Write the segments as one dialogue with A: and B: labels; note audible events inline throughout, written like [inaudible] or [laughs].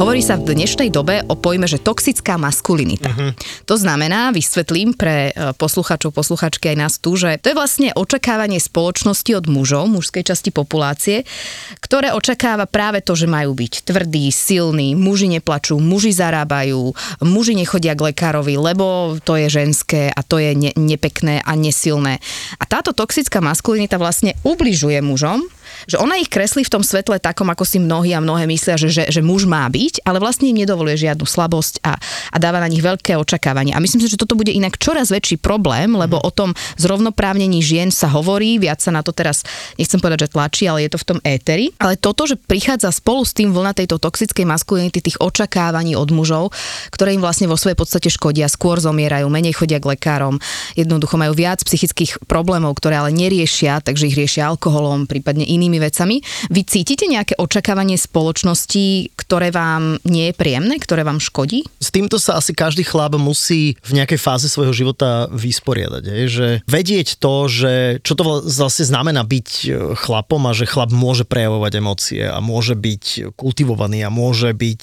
A: Hovorí sa v dnešnej dobe o pojme, že toxická maskulinita. Uh-huh. To znamená, vysvetlím pre e, poslucháčov, posluchačky aj nás tu, že to je vlastne očakávanie spoločnosti od mužov, mužskej časti populácie, ktoré očakáva práve to, že majú byť tvrdí, silní, muži neplačú, muži zarábajú, muži nechodia k lekárovi, lebo to je ženské a to je ne- nepekné a nesilné. A táto toxická maskulinita vlastne ubližuje mužom, že ona ich kreslí v tom svetle takom, ako si mnohí a mnohé myslia, že, že, že muž má byť, ale vlastne im nedovoluje žiadnu slabosť a, a dáva na nich veľké očakávanie. A myslím si, že toto bude inak čoraz väčší problém, lebo o tom zrovnoprávnení žien sa hovorí, viac sa na to teraz, nechcem povedať, že tlačí, ale je to v tom éteri. Ale toto, že prichádza spolu s tým vlna tejto toxickej maskulinity, tých očakávaní od mužov, ktoré im vlastne vo svojej podstate škodia, skôr zomierajú, menej chodia k lekárom, jednoducho majú viac psychických problémov, ktoré ale neriešia, takže ich riešia alkoholom, prípadne inými vecami. Vy cítite nejaké očakávanie spoločnosti, ktoré vám nie je príjemné, ktoré vám škodí?
B: S týmto sa asi každý chlap musí v nejakej fáze svojho života vysporiadať. Je, že vedieť to, že čo to vla- vlastne znamená byť e, chlapom a že chlap môže prejavovať emócie a môže byť kultivovaný a môže byť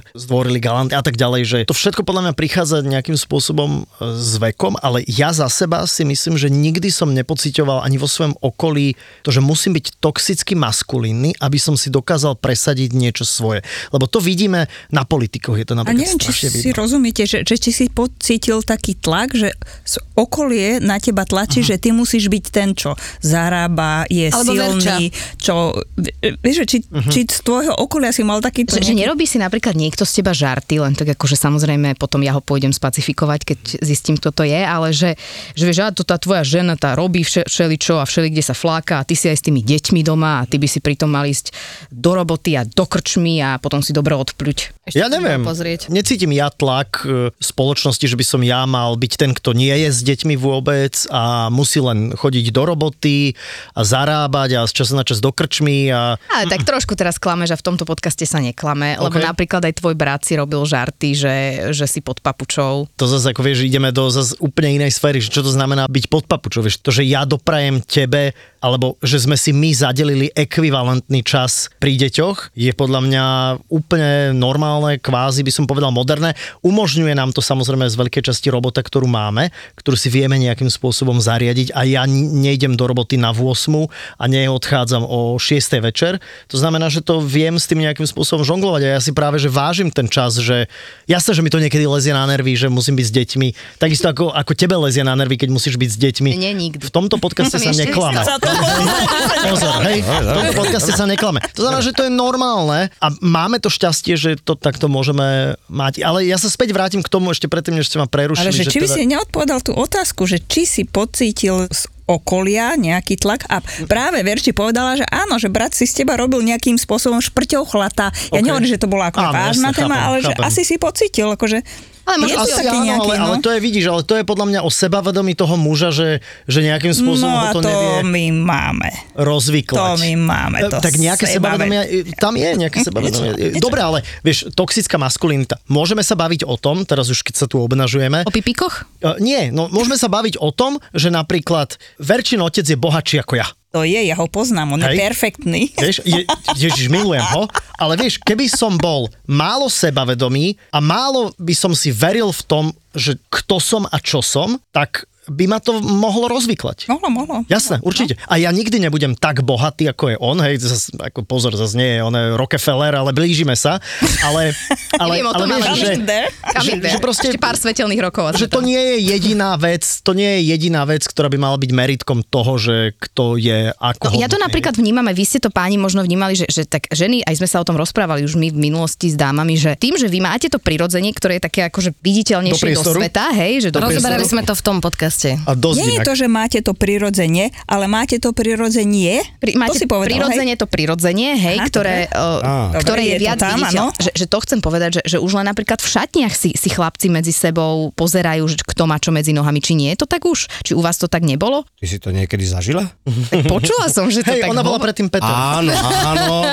B: e, zdvorilý, galantný a tak ďalej. Že to všetko podľa mňa prichádza nejakým spôsobom e, s vekom, ale ja za seba si myslím, že nikdy som nepocitoval ani vo svojom okolí to, že musím byť toxicky maskulínny, aby som si dokázal presadiť niečo svoje. Lebo to vidíme na politikoch, je to
C: A
B: napríklad
C: neviem, či
B: strašne
C: si
B: vidno.
C: rozumiete, že, že či si pocítil taký tlak, že z okolie na teba tlačí, že ty musíš byť ten, čo zarába, je
D: Alebo
C: silný, čo... Vieš, že či,
B: Mhm.
C: či z tvojho okolia si mal taký...
A: Že, že
C: [laughs]
A: nerobí si napríklad niekto z teba žarty, len tak akože samozrejme potom ja ho pôjdem spacifikovať, keď zistím, kto to je, ale že, že vieš, a to tá tvoja žena tá robí vše, všeličo a všeli, kde sa fláka a ty si aj s tými deťmi doma a ty by si pritom mal ísť do roboty a do krčmy a potom si dobre odpľuť.
D: Ešte
B: Ja
D: som
B: neviem,
D: mal Pozrieť.
B: necítim ja tlak e, spoločnosti, že by som ja mal byť ten, kto nie je s deťmi vôbec a musí len chodiť do roboty a zarábať a z času na čas do krčmy a
A: Ale tak trošku teraz klame, že v tomto podcaste sa neklame, okay. lebo
B: Ok.
A: napríklad aj tvoj brat si robil žarty, že, že si pod papučou.
B: to zase ako vieš, ideme do zase úplne inej sféry, že čo to znamená byť pod papučou, vieš, to, že ja doprajem tebe, alebo že sme si my zadelili ekvivalentný čas pri deťoch, je podľa mňa úplne normálne, kvázi by som povedal moderné. Umožňuje nám to samozrejme z veľkej časti robota, ktorú máme, ktorú si vieme nejakým spôsobom zariadiť a ja n- nejdem do roboty na 8 a neodchádzam o 6 večer. To znamená, že to viem s tým nejakým spôsobom žonglovať a ja si práve, že vážim ten čas, že jasné, že mi to niekedy lezie na nervy, že musím byť s deťmi. Takisto ako, ako tebe lezie na nervy, keď musíš byť s deťmi.
A: Nie, nikdy.
B: V tomto podcaste
A: Tam
C: [laughs]
B: sa
A: ešte
B: neklame.
A: nestalo.
B: [laughs] Pozor, hej, v tomto podcaste sa neklame. To znamená, že to je normálne a máme to šťastie, že to takto môžeme mať. Ale ja sa späť vrátim k tomu ešte predtým, než ste ma prerušili.
C: Ale že, či by
B: teda-
C: si neodpovedal tú otázku, že či si pocítil z okolia nejaký tlak a práve Verči povedala, že áno, že brat si z teba robil nejakým spôsobom šprťou chlata. Ja
B: Ok.
C: nehovorím, že to bola ako
B: Áno,
C: vážna
B: jasne,
C: téma,
B: chápem,
C: ale že
B: chápem.
C: asi si pocítil, akože
A: Ale
C: je
A: možno
C: to
A: asi
C: taký nejaký,
B: ale,
C: no.
B: ale to je, vidíš, ale to je podľa mňa o sebavedomí toho muža, že, že nejakým
C: no
B: spôsobom ho
C: a
B: to,
C: to,
B: nevie
C: my máme.
B: rozvyklať.
C: To my máme,
B: E,
C: to
B: tak nejaké
C: sebavedomie.
B: sebavedomie, e, tam je
C: [laughs]
B: nejaké sebavedomie. E,
C: niečo.
B: Dobre, ale vieš, toxická maskulinita. Môžeme sa baviť o tom, teraz už keď sa tu obnažujeme,
A: O pipikoch?
B: E, nie, no môžeme sa baviť o tom, že napríklad Verčin otec je bohatší ako ja.
C: To je, ja ho poznám, on
B: Hej.
C: je perfektný.
B: Vieš, je, ježiš, milujem ho, ale vieš, keby som bol málo sebavedomý a málo by som si veril v tom, že kto som a čo som, tak by ma to mohlo
A: No.
B: rozvyklať.
C: [laughs] Mohlo, mohlo.
B: Jasné, určite. A ja nikdy nebudem tak bohatý, ako je on. Hej, zas, ako pozor, zase nie je on je Rockefeller, ale blížime sa.
A: [laughs]
B: Ale, ale,
A: Neviem o tom,
B: vieš,
A: ale
B: že,
C: Coming there.
B: že,
A: Kamil,
B: že proste,
A: ešte pár svetelných rokov. a
B: že
A: sme
B: to
A: tam.
B: nie je jediná vec, to nie je jediná vec, ktorá by mala byť meritkom toho, že kto je ako
A: No, Ja to
B: hodnotný.
A: napríklad vnímam, aj vy ste to páni možno vnímali, že, že tak ženy, aj sme sa o tom rozprávali už my v minulosti s dámami, že tým, že vy máte to prirodzenie, ktoré je také akože viditeľnejšie
B: Do
A: do,
B: priestoru.
A: sveta, hej, že do
B: Rozoberali
D: Rozoberali
A: priestoru.
D: sme to v tom
A: ste.
B: A dosť
C: Nie je
B: inak.
C: to, že máte to prirodzene, ale máte to prirodzenie.
A: Pri,
C: to si povedal,
A: prirodzene to prirodzenie, hej,
C: Aha,
A: ktoré,
B: Á.
A: uh,
C: Dobre,
A: ktoré je,
C: je to
A: viac
C: tam,
A: viditeľ,
C: áno.
A: že, že to chcem povedať, že, že už len napríklad v šatniach si, si chlapci medzi sebou pozerajú, že kto má čo medzi nohami, či nie je to tak už, či u vás to tak nebolo.
D: Ty si to niekedy zažila?
A: Tak počula som, že to
B: Hej,
A: tak
B: ona bola
A: hovorí.
B: predtým Peter.
D: Áno, áno.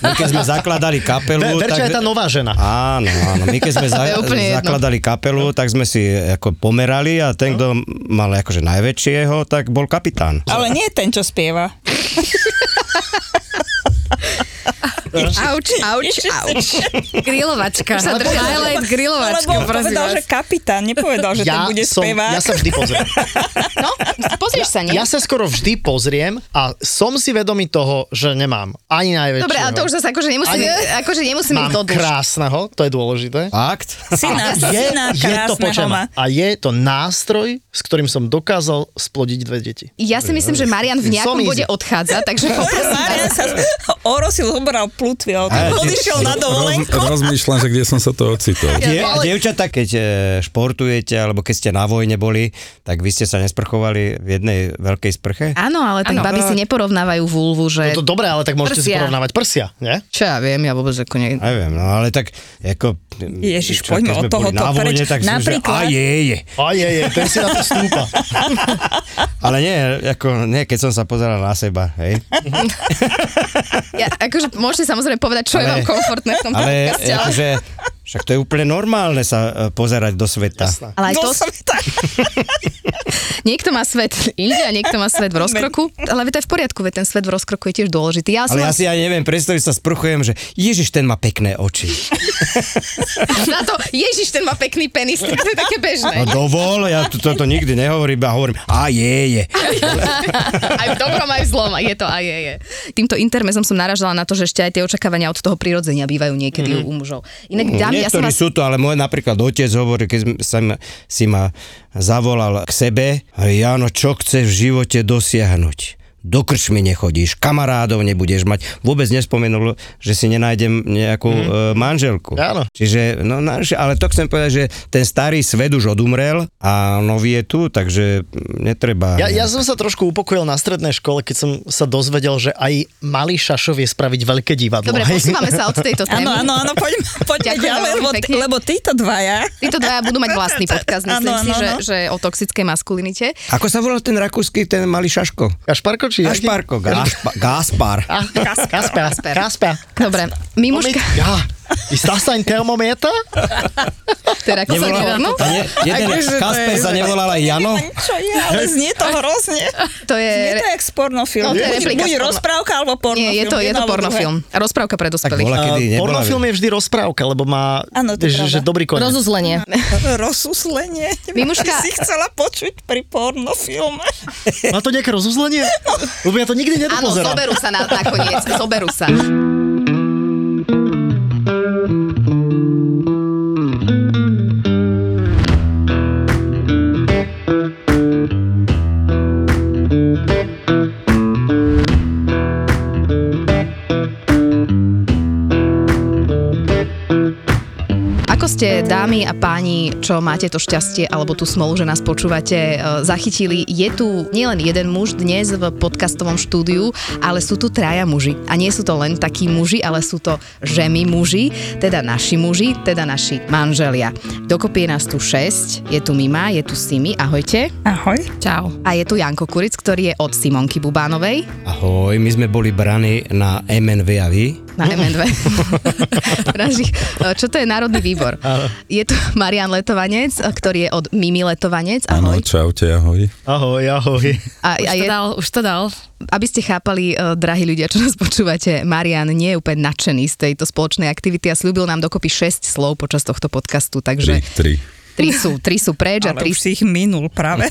D: My keď sme zakladali kapelu...
B: Ver, Verča je tá nová žena.
D: Áno, áno. My keď sme
A: To je
D: za,
A: úplne jedno.
D: zakladali kapelu, tak sme si ako pomerali a ten, kto mal akože najväčšieho, tak bol kapitán.
C: Ale nie ten, čo spieva.
E: Auč,
C: [laughs]
E: auč, auč. Grilovačka. Sa drží highlight grilovačka,
C: Lebo on
E: prosím
C: povedal,
E: vás.
C: že kapitán, nepovedal, že ten bude
B: som,
C: spievať.
B: ja sa vždy
A: [laughs]
B: pozriem.
A: No, pozrieš sa, nie?
B: Ja sa skoro vždy pozriem a som si vedomý toho, že nemám ani najväčšieho.
A: Dobre, ale to už zase akože nemusíme,
B: Ani-
A: akože nemusíme ísť
B: Mám
A: do duš.
B: krásneho, to je dôležité.
D: Fakt?
C: Syna,
B: Je,
C: syna,
B: je to
C: krásneho má.
B: počujem. A je to nástroj, s ktorým som dokázal splodiť dve deti.
A: Ja si myslím, že Marian v nejakom
B: Som easy.
A: bode odchádza,
C: [laughs]
A: takže poprosím
C: Marian [laughs] sa Oro si zobral plutvy a
D: Á,
C: odišiel na dovolenku.
F: Roz, rozmýšľam, že kde som sa to ocitol.
D: Die,
A: ale-
D: ale... Dievčatá, keď e, športujete, alebo keď ste na vojne boli, tak vy ste sa nesprchovali v jednej veľkej sprche?
A: Áno, ale tak baby si neporovnávajú vulvu, že...
B: No to dobré, ale tak môžete si
E: Prsia.
B: porovnávať prsia, nie?
A: Čo ja viem, ja vôbec ako ne...
D: Neviem, no ale tak, ako...
C: Ježiš,
D: čo,
C: poďme
D: keď sme
C: od tohoto
D: boli na vojne,
C: preč.
D: tak si už, že
C: Napríklad-
D: A je, je.
B: A je, je, ten si na to stúpa.
D: Ale nie, ako, nie, keď som sa pozeral na seba, hej.
A: Ja, akože môžete samozrejme povedať, čo je
D: Ale-
A: vám komfortné v tom
D: Ale
A: podcaste, ale...
D: akože, však to je úplne normálne sa e, pozerať do sveta.
B: Jasné.
A: Ale aj to,
C: Bol No som tak.
A: niekto má svet inde a niekto má svet v
C: [laughs]
A: rozkroku, ale veď to je v poriadku, veď ten svet v rozkroku je tiež dôležitý. Ja som
D: Ale ja si aj neviem predstaviť, sa sprchujem, že Ježiš, ten má pekné oči.
A: na to, ježiš, ten má pekný penis, tak to je také bežné.
D: No dovol, ja to- toto nikdy nehovorím, iba hovorím, a je, je.
A: aj v dobrom, aj v zlom, je to aj je, je. Týmto intermezom som naražala na to, že ešte aj tie očakávania od toho prirodzenia bývajú niekedy mm. u mužov. Inak dámy, ja som
D: Mhm. Niektorí
A: vás...
D: sú to, ale môj napríklad otec hovorí, keď som- som si ma zavolal k sebe, hovorí, Jano, čo chceš v živote dosiahnuť? Do krčmy nechodíš, kamarádov nebudeš mať. Vôbec nespomenul, že si nenájdem nejakú mm. e, manželku.
B: Áno.
D: Čiže, no, na- že- ale to chcem povedať, že ten starý svet už odumrel a nový je tu, takže netreba.
B: Ja, ja som sa trošku upokojil na strednej škole, keď som sa dozvedel, že aj malý šašov vie spraviť veľké divadlo.
A: Dobre,
B: Hej.
A: posúvame sa od tejto témy.
C: Áno, áno, áno, poďme, poďme
A: Ďakujem
C: ďalej,
A: veľmi
C: lebo,
A: pekne.
C: lebo títo dvaja
A: Títo dvaja budú mať vlastný podcast, myslím
C: Áno,
A: si,
C: áno,
A: že,
C: áno.
A: že o toxickej maskulinite.
D: Ako sa volal ten rakúsky, ten malý šaško?
B: Kašparko či...
D: Gašparko, Gašpa, Gaspar.
B: Kasper.
A: Kasper.
B: Kasper.
A: Dobre, Mimuška,
B: Ja, ist das ein Thermometer?
A: [laughs] teda ako sa
D: Nevolala,
A: nevolá,
D: a nie, jeden Kasper sa nevolal aj Jano.
C: Čo je, ale znie to hrozne.
A: to je...
C: Znie to jak z
A: No,
C: pornofilmu.
A: to je
C: buď,
A: replika
C: buď
A: z porno-
C: rozprávka alebo pornofilm.
A: Nie, je to, je
C: jedno
A: to
C: alebo
A: pornofilm. Rozprávka pre dospelých.
D: bola- Kedy
B: Eh,
D: nebola-
B: Pornofilm je vždy rozprávka, lebo má
C: Áno, to je
B: že, že
C: pravda.
B: dobrý koniec.
E: Rozuzlenie.
C: druhé. Rozúslenie.
A: Mimuška-
C: Si chcela počuť pri pornofilme.
B: Má to nejaké rozuzlenie?
A: [laughs]
B: Lebo ja to nikdy
A: Áno,
B: nedopozerám.
A: zoberú sa na, nakoniec, zoberú sa.
D: [laughs]
A: Ako ste, dámy a páni, čo máte to šťastie alebo tú smolu, že nás počúvate, e, zachytili, je tu nielen jeden muž dnes v podcastovom štúdiu, ale sú tu traja muži. A nie sú to len takí muži, ale sú to žemi muži, teda naši muži, teda naši manželia. Dokopy je nás tu 6, je tu Mima, je tu Simi, ahojte.
C: Ahoj.
E: Čau.
A: A je tu Janko Kuric, ktorý je od Simonky Bubánovej
D: Ahoj, my sme boli braní na MNV a vy?
A: na MN2. [laughs] Našich- Čo to je Národný výbor? Je tu Marian Letovanec, ktorý je od Mimi Letovanec.
F: Áno,
A: Ahoj.
F: No, čaute, ahoj.
B: Ahoj, ahoj.
A: A,
E: Už
A: a
E: to
A: je,
E: dal, už to dal.
A: aby ste chápali, eh, drahí ľudia, čo nás počúvate, Marian nie je úplne nadšený z tejto spoločnej aktivity a slúbil nám dokopy 6 slov počas tohto podcastu,
F: Tri,
A: takže
F: tri.
A: 3 sú, 3 sú preč a
C: Ale
A: 3
C: už si ich minul práve.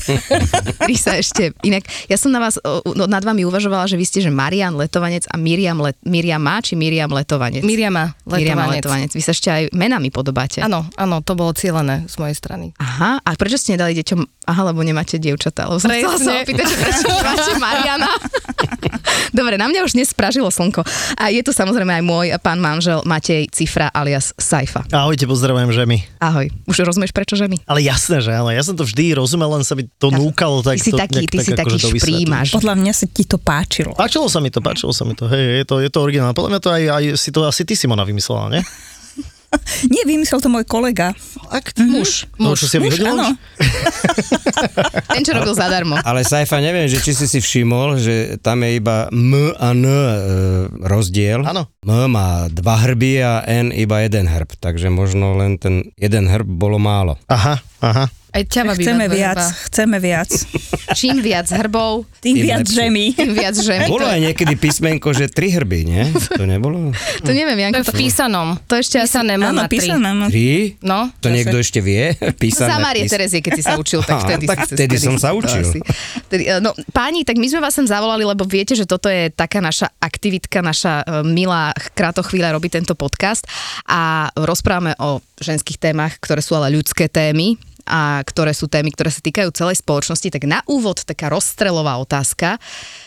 A: Tri sa ešte, inak ja som na vás, o, no, nad vami uvažovala, že vy ste, že Marian Letovanec a Miriam, Let, Miriam má, či Miriam Letovanec?
E: Miriama
A: Miriam
E: Letovanec.
A: Letovanec. Vy sa ešte aj menami podobáte.
E: Áno, áno, to bolo cieľené z mojej strany.
A: Aha, a prečo ste nedali deťom, aha, lebo nemáte dievčatá, lebo som chcela sa
E: Presne.
A: opýtať, že prečo nemáte Mariana. Dobre, Dobre, na mňa už dnes spražilo slnko. A je tu samozrejme aj môj pán manžel Matej Cifra alias Saifa.
B: Ahojte, pozdravujem ženy.
A: Ahoj. Už rozumieš, prečo ženy?
B: Ale jasné, že áno, ja som to vždy rozumel, len sa mi to
A: Ja-
B: núkalo. Tak
A: Ty si
B: to,
A: taký,
B: nejak
A: ty si
B: tak
A: taký
B: akože to vysvetliť.
A: šprímaš.
C: [laughs] Podľa mňa sa ti to páčilo.
B: Páčilo sa mi to, páčilo sa mi to, hej, je to, je to originálne. Podľa mňa to aj, aj si to asi ty Simona vymyslela, nie?
C: Nie, vymyslel to môj kolega.
B: Ak
A: Mhm.
B: muž. To, čo si
C: Muž,
B: vyhodila
C: áno.
B: už?
A: Ten, čo robil zadarmo.
D: Ale Saifa, neviem, že či si si všimol, že tam je iba M a N e, rozdiel.
B: Áno.
D: M má dva hrby a N iba jeden hrb, takže možno len ten jeden hrb bolo málo.
B: Aha, aha.
E: Aj ťa baví
C: Chceme
E: veľmi
C: viac,
E: iba.
C: chceme viac.
A: Čím viac hrbov,
C: Tým
D: Tým
C: viac
D: lepšie.
C: žemí.
A: tým viac žen.
D: Bolo aj niekedy písmenko, že tri hrby, nie? To nebolo?
A: To neviem,
E: To je
A: Janko.
E: v písanom. To ešte ja sa nemám
C: Áno,
E: na tri.
C: písané. áno.
D: Tri?
E: No,
D: To niekto ešte vie? [laughs]
A: No, Za
D: Písané
A: Marie
D: pís-
A: Terezie, keď si sa učil,
D: Aha,
A: tak vtedy,
D: tak
A: si,
D: vtedy som sa
A: si to
D: učil.
A: asi- Vtedy, e, no, páni, tak my sme vás sem zavolali, lebo viete, že toto je taká naša aktivitka, naša e, milá krátochvíľa robí tento podcast a rozprávame o ženských témach, ktoré sú ale ľudské témy a ktoré sú témy, ktoré sa týkajú celej spoločnosti. Tak na úvod taká rozstrelová otázka,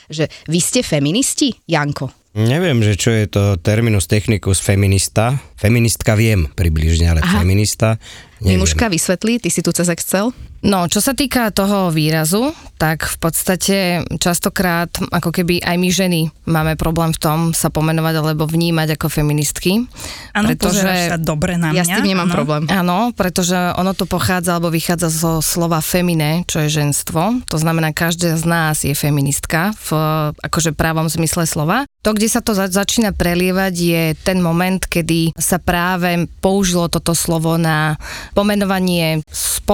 A: že vy ste feministi, Janko?
D: Neviem, že čo je to terminus technicus feminista. Feministka viem približne, ale
A: Aha.
D: feminista neviem.
A: Mimuška vysvetlí, ty si tu cez Excel?
E: No, čo sa týka toho výrazu, tak v podstate častokrát, ako keby aj my ženy máme problém v tom sa pomenovať alebo vnímať ako feministky.
C: Áno, pozeráš sa dobre na mňa. No.
A: Ja s tým nemám
C: áno.
A: problém.
E: Áno, pretože ono to pochádza alebo vychádza zo slova femine, čo je ženstvo. To znamená, každá z nás je feministka v eh, akože právom zmysle slova. To, kde sa to za- začína prelievať, je ten moment, kedy sa práve použilo toto slovo na pomenovanie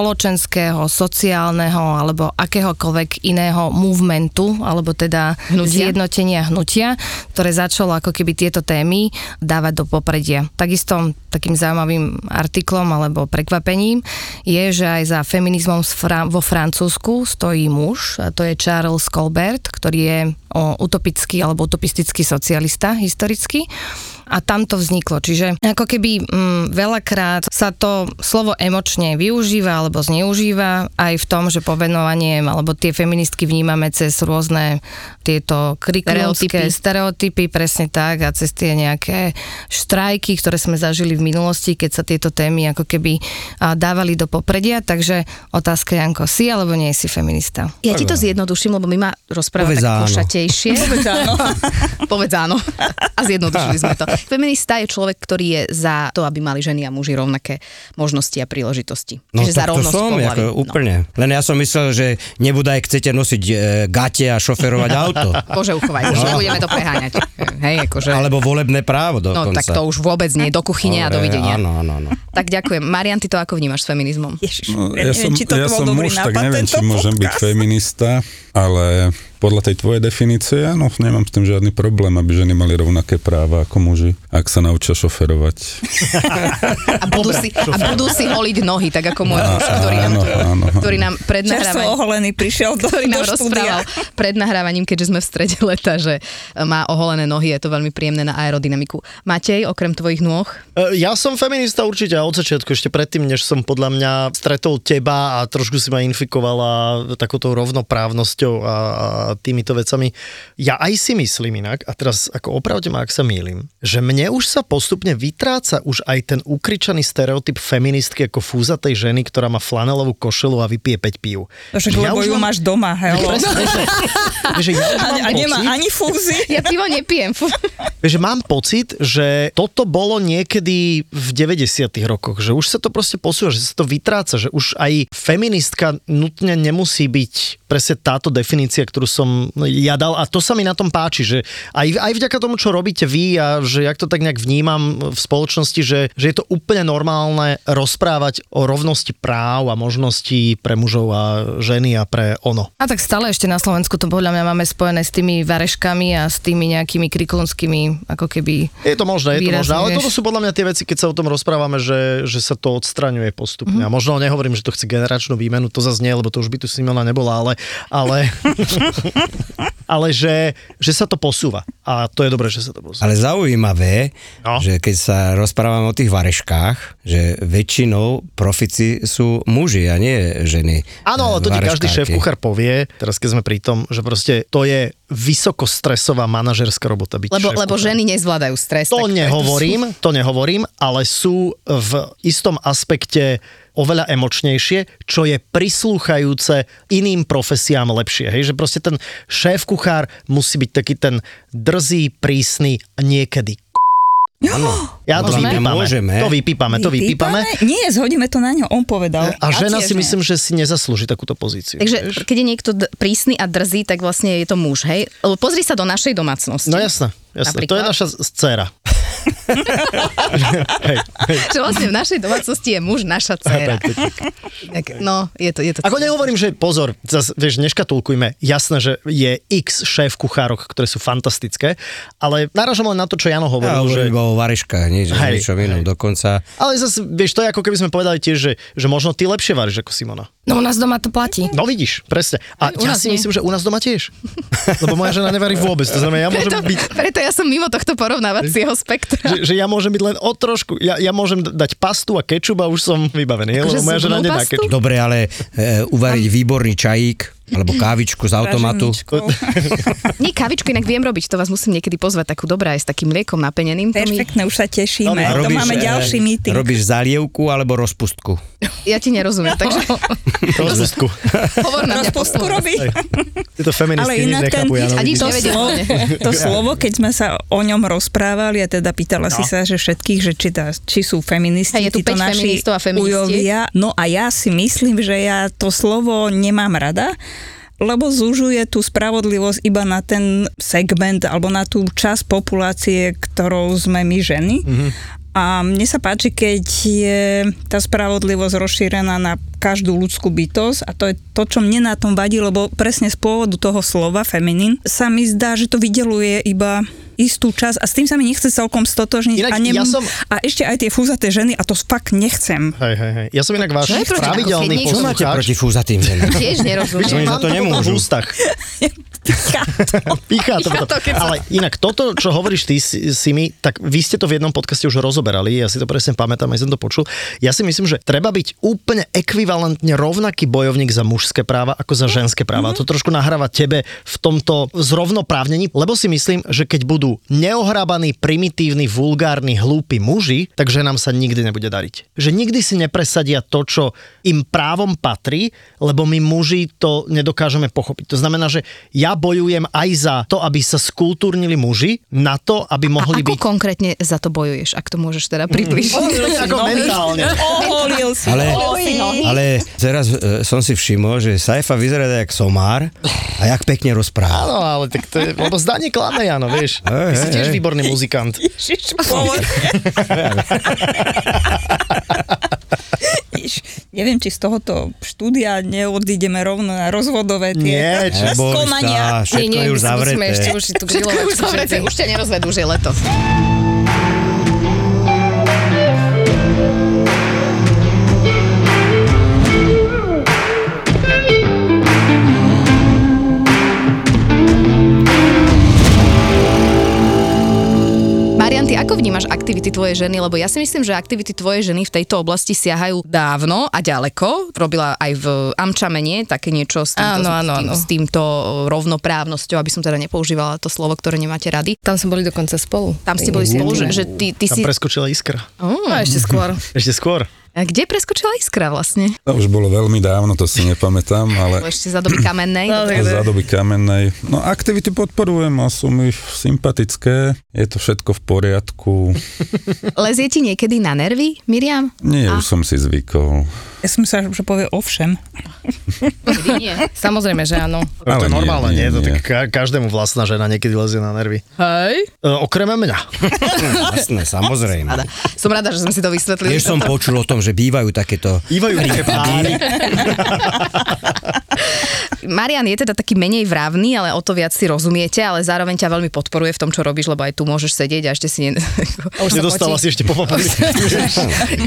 E: spoločenského, sociálneho alebo akéhokoľvek iného movementu, alebo teda
A: Hnutia?
E: hnutia zjednotenia hnutia, ktoré začalo ako keby tieto témy dávať do popredia. Takisto takým zaujímavým artiklom alebo prekvapením je, že aj za feminizmom z Fra- vo Francúzsku stojí muž, a to je Charles Colbert, ktorý je o, utopický alebo utopistický socialista historicky a tam to vzniklo. Čiže ako keby mm, veľakrát sa to slovo emočne využíva alebo zneužíva aj v tom, že povenovanie alebo tie feministky vnímame cez rôzne tieto
A: Stereotypy.
E: kriklovské stereotypy, presne tak, a cez tie nejaké štrajky, ktoré sme zažili v minulosti, keď sa tieto témy ako keby a, dávali do popredia. Takže otázka, Janko, si alebo nie si feminista?
A: Ja ti to zjednoduším, lebo my ma rozpráva
D: Povedz
A: tak
D: áno.
A: košatejšie.
C: Povedz
A: [laughs]
C: áno.
A: Povedz áno. A zjednodušili sme to. Feminista je človek, ktorý je za to, aby mali ženy a muži rovnaké možnosti a príležitosti. Čiže za
D: No, tak to
A: rovnosť
D: som,
A: pohlaví.
D: ako,
A: No.
D: úplne. Len ja som myslel, že nebude aj chcete nosiť e, gate a
A: [laughs]
D: šoferovať auto.
A: Bože, uchovaj,
D: No.
A: už nebudeme to preháňať. Hej, akože...
D: Alebo volebné právo
A: No
D: dokonca.
A: tak to už vôbec nie, do kuchyne a
D: Dobre,
A: dovidenia.
D: Áno, áno, áno.
A: Tak ďakujem. Marian, ty to ako vnímaš s feminizmom?
C: Ježiš,
F: No,
C: ja,
F: ja, som,
C: neviem, či to
F: ja
C: bol
F: som
C: dobrý
F: muž, tak
C: nápad,
F: neviem, či
C: tento
F: môžem byť
C: podcast.
F: feminista, ale podľa tej tvojej definície, áno, nemám s tým žiadny problém, aby ženy mali rovnaké práva ako muži, ak sa naučia šoferovať.
A: A budú, si, a budú si holiť nohy, tak ako môj
D: No.
A: muž, ktorý nám,
F: áno, áno.
A: ktorý nám
C: Čerstvo
A: prednahráva
C: oholený prišiel do,
A: ktorý
C: do
A: nám
C: štúdia.
A: rozprával [laughs] pred nahrávaním, keďže sme v strede leta, že má oholené nohy, je to veľmi príjemné na aerodynamiku. Matej, okrem tvojich nôh,
B: E, Ja som feminista určite od začiatku, ešte predtým, než som podľa mňa stretol teba a trošku si ma infikovala takouto rovnoprávnosťou a, a týmito vecami. Ja aj si myslím inak, a teraz ako opravde ma, ak sa mýlim, že mne už sa postupne vytráca už aj ten ukričaný stereotyp feministky ako fúza tej ženy, ktorá má flanelovú košelu a vypije 5 pív.
C: No Však lebo ju máš doma,
B: [laughs]
C: hello.
B: Presne,
C: [laughs]
B: že, že ja už
C: A,
B: mám
C: a nemá
B: pocit-
C: ani fúzy.
A: ja pivo nepijem. Fú.
B: Vieš, že mám pocit, že toto bolo niekedy v 90. rokoch, že už sa to proste posúva, že sa to vytráca, že už aj feministka nutne nemusí byť presne táto definícia, ktorú som ja dal a to sa mi na tom páči, že aj, aj vďaka tomu, čo robíte vy a že jak to tak nejak vnímam v spoločnosti, že, že je to úplne normálne rozprávať o rovnosti práv a možností pre mužov a ženy a pre ono.
E: A tak stále ešte na Slovensku to podľa mňa máme spojené s tými vareškami a s tými nejakými kriklonskými ako keby
B: Je to možné, je to
E: Výrazne,
B: možné, ale
E: vieš.
B: toto sú podľa mňa tie veci, keď sa o tom rozprávame, že, že sa to odstraňuje postupne.
A: Mhm.
B: Mm-hmm. A možno nehovorím, že to chce generačnú výmenu, to zase nie, lebo to už by tu
A: [laughs]
B: Simona nebola, ale, ale, ale že, že sa to posúva. A a to je dobré, že sa to bolo.
D: Ale zaujímavé,
B: No.
D: no. že keď sa rozprávam o tých vareškách, že väčšinou profici sú muži a nie ženy. E,
B: Áno, ale to ti každý šéf
D: vareškárky.
B: kuchár povie, teraz keď sme pri tom, že proste to je vysokostresová manažerská robota byť
A: Lebo,
B: šéf
A: lebo ženy nezvládajú stres.
B: To
A: tak
B: nehovorím, to nehovorím, ale sú v istom aspekte oveľa emočnejšie, čo je prislúchajúce iným profesiám lepšie. Hej, že proste ten šéf kuchár musí byť taký ten drzý, prísny a niekedy.
D: No,
A: [laughs]
B: Ja No to
D: Podľa mňa
B: vypípame.
D: môžeme.
B: To vypípame, to vypípame.
C: Nie, zhodíme to na ňo, on povedal.
B: A žena
C: No,
B: si
C: tiež nie.
B: myslím, že si nezaslúži takúto pozíciu. vieš?
A: Takže keď je niekto d- prísny a drzý, tak vlastne je to muž, hej? Lebo pozri sa do našej domácnosti. [laughs]
B: No jasné, jasné. To je
A: Napríklad?
B: naša s- dcéra. [laughs] hej, hej.
A: Že vlastne v našej domácnosti je muž naša dcéra. Tak, no, je to, je to
B: Ako nehovorím, že pozor, zas, vieš, neškatulkujme, jasné, že je x šéf kuchárok, ktoré sú fantastické, ale narážam len na to, čo Jano
D: Ja
B: hovoril, že...
D: hovorím iba o vareškách, nie že o
B: Hej,
D: ničom inom. Dokonca
B: Ale zase, vieš, to je ako keby sme povedali tiež, že, že možno ty lepšie varíš ako Simona.
E: No u nás doma to platí.
B: No vidíš, presne. A
E: Aj u
B: ja
E: nás
B: si
E: nie.
B: myslím, že u nás doma tiež. Lebo moja žena nevarí vôbec, to
A: [laughs]
B: znamená, ja môžem
A: preto,
B: byť...
A: preto ja som mimo tohto porovnávacieho spektra.
B: Že, že ja môžem byť len o trošku, ja, ja môžem dať pastu a kečup a už som vybavený,
A: Akože
B: lebo moja žena
A: zubnú
B: nedá
A: pastu?
B: kečup.
D: dobre, ale e, uvariť výborný čajík alebo kávičku z automatu.
C: Praženičkou.
A: Nie, kavičku inak viem robiť, to vás musím niekedy pozvať, takú dobrá aj s takým mliekom napeneným. To mi,
C: Perfektne, už sa tešíme.
B: Dobre,
D: A
C: to máme
D: e,
C: ďalší meeting.
D: Robíš zalievku alebo rozpustku?
A: ja ti nerozumiem, takže
B: Rozpustku.
A: [laughs] hovor na mňa po
C: Rozpustku
A: slovensky.
C: robí.
B: Tieto feministky
C: Ale
B: nič
C: inak ten-
B: nechápu, ja
A: A nič
C: To
A: nevedia.
C: slovo, [laughs] to slovo, keď sme sa o ňom rozprávali, a teda pýtala no. si sa, že všetkých, že či, tá, či sú feministi,
A: Hej, je tu
C: títo
A: päť
C: naši
A: feministov a feministiek.
C: ujovia. No a ja si myslím, že ja to slovo nemám rada, lebo zužuje tú spravodlivosť iba na ten segment alebo na tú časť populácie, ktorou sme my ženy.
B: Mhm.
C: Mm-hmm. A mne sa páči, keď je tá spravodlivosť rozšírená na každú ľudskú bytosť a to je to, čo mne na tom vadí, lebo presne z pôvodu toho slova feminín sa mi zdá, že to vydeluje iba istú časť a s tým sa mi nechce celkom stotožniť.
B: Inak
C: a,
B: ja som-
C: a ešte aj tie fúzaté ženy a to fakt nechcem.
B: Hej, hej, hej. Ja som inak váš
A: Čo je proti
B: pravidelný
A: ako keď niekto-
D: Čo máte
B: poslucháč.
D: proti fúzatým ženám?
A: Tiež nerozumiem.
D: Oni za to nemôžu.
B: V ústach. Píchá to.
A: Píchá to, keď sa-
B: Ale inak toto, čo hovoríš ty, si si mi, tak vy ste to v jednom podcaste už rozoberali, ja si to presne pamätám, aj som to počul. Ja si myslím, že treba byť úplne ekvivalentne rovnaký bojovník za mužské práva ako za ženské práva. A To trošku nahráva tebe v tomto zrovnoprávnení, lebo si myslím, že keď budú neohrabaní, primitívni, vulgárni, hlúpi muži, tak ženám sa nikdy nebude dariť. Že nikdy si nepresadia to, čo im právom patrí, lebo my muži to nedokážeme pochopiť. To znamená, že ja bojujem aj za to, aby sa skultúrnili muži, na to, aby
A: A
B: mohli
A: ako
B: byť...
A: konkrétne za to bojuješ, ak to môžeš teda približiť?
B: ako mentálne.
C: Oholil si.
D: Ale,
C: Oj.
D: ale teraz e, som si všimol, že Saifa vyzerá tak jak somár a jak pekne rozpráva.
B: Áno, No, ale tak to je, lebo zdanie klame, Jano, vieš. Ty
D: Hej,
B: si
D: hej,
B: tiež
D: hej.
B: výborný muzikant.
C: Ježiš, povod. Ježiš, Neviem, či z tohoto štúdia neodídeme rovno na rozvodové tie
B: Nie, čo
D: Neboj sa,
C: skomania.
D: Eh, všetko je už
E: my si musíme
D: zavreté.
E: ešte už tú
A: Všetko
E: grilovačku
A: už zavreté,
E: všetci.
A: už ťa nerozvedú, že je leto. Marian, ty ako vnímaš aktivity tvojej ženy? Lebo ja si myslím, že aktivity tvojej ženy v tejto oblasti siahajú dávno a ďaleko. Robila aj v Amčamene také niečo s týmto,
E: Áno, áno,
A: s, tým,
E: áno.
A: s týmto e, rovnoprávnosťou, aby som teda nepoužívala to slovo, ktoré nemáte rady.
E: Tam sme boli dokonca spolu.
A: Tam ste boli spolu, že, že ty, ty si...
B: Tam preskočila iskra.
E: No ešte skôr.
B: Ešte skôr.
A: A kde preskočila iskra vlastne?
F: To už bolo veľmi dávno, to si nepamätám, ale
C: [laughs]
A: Lebo Ešte za doby kamennej.
F: z doby kamennej. No aktivity podporujem a sú mi sympatické, je to všetko v poriadku.
A: Lezie ti niekedy na nervy, Miriam?
F: Nie, už som si zvykol.
C: Ja som sa, že povie ovšem.
A: nie.
E: Samozrejme, že áno.
B: Ale to je
F: nie,
B: normálne, nie?
F: nie,
B: To
F: nie.
B: tak ka- každému vlastná žena niekedy lezie na nervy.
A: Hej.
B: E, okrem mňa.
D: [laughs] Jasné, samozrejme.
A: Som rada, že sme si to vysvetlili.
D: Tiež som počul o tom, že bývajú takéto...
B: Bývajú také páry.
A: Marian je teda taký menej vravný, ale o to viac si rozumiete, ale zároveň ťa veľmi podporuje v tom, čo robíš, lebo aj tu môžeš sedieť a ešte si... Ne...
E: [laughs]
B: Už
A: [laughs]
B: Nedostala si ešte po papíri.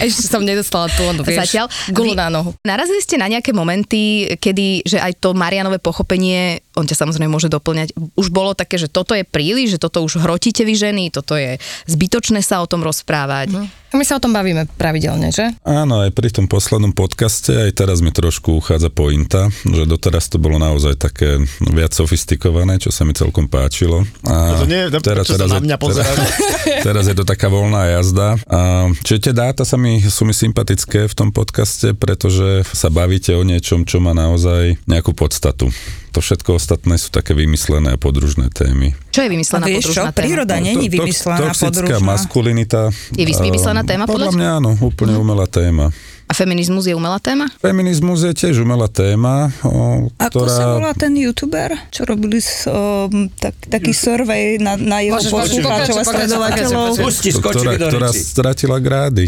E: Ešte som nedostala tú
A: No
E: ono, vieš.
A: Zatiaľ.
E: Gulu
A: Vy-
E: na nohu.
A: Narazili ste na nejaké momenty, kedy, že aj to Marianové pochopenie on ťa samozrejme môže doplňať. Už bolo také, že toto je príliš, že toto už hrotíte vy ženy, toto je zbytočné sa o tom rozprávať. Mm.
E: A my sa o tom bavíme pravidelne, že?
F: Áno, aj pri tom poslednom podcaste, aj teraz mi trošku uchádza pointa, že doteraz to bolo naozaj také viac sofistikované, čo sa mi celkom páčilo.
B: A to nie, ne, teraz, čo teraz, sa na mňa
F: teraz, [laughs] teraz je to taká voľná jazda. A, čiže tie dáta sa mi, sú mi sympatické v tom podcaste, pretože sa bavíte o niečom, čo má naozaj nejakú podstatu. To všetko ostatné sú také vymyslené a podružné témy.
A: Čo je vymyslená
C: A vieš čo,
A: podružná téma?
C: príroda není
F: To- to-
C: vymyslená
F: Toxická
C: podružná.
F: maskulinita.
A: Je vys-
F: eh,
A: vymyslená téma podľa No.
F: Podľa
A: teba?
F: mňa áno, úplne umelá téma.
A: A feminizmus je umelá téma?
F: Feminizmus je tiež umelá téma, o,
C: Ako
F: ktorá...
C: sa volá ten youtuber, čo robili s, um, tak, taký survey na, na jeho
E: Môžeš, môžeš,
C: poslucháčov a
E: pokračuj, pokračuj,
C: sledovateľov?
E: pokračuj,
D: Pusti,
F: ktorá,
D: skočili do
F: ktorá
D: reci.
F: stratila grády.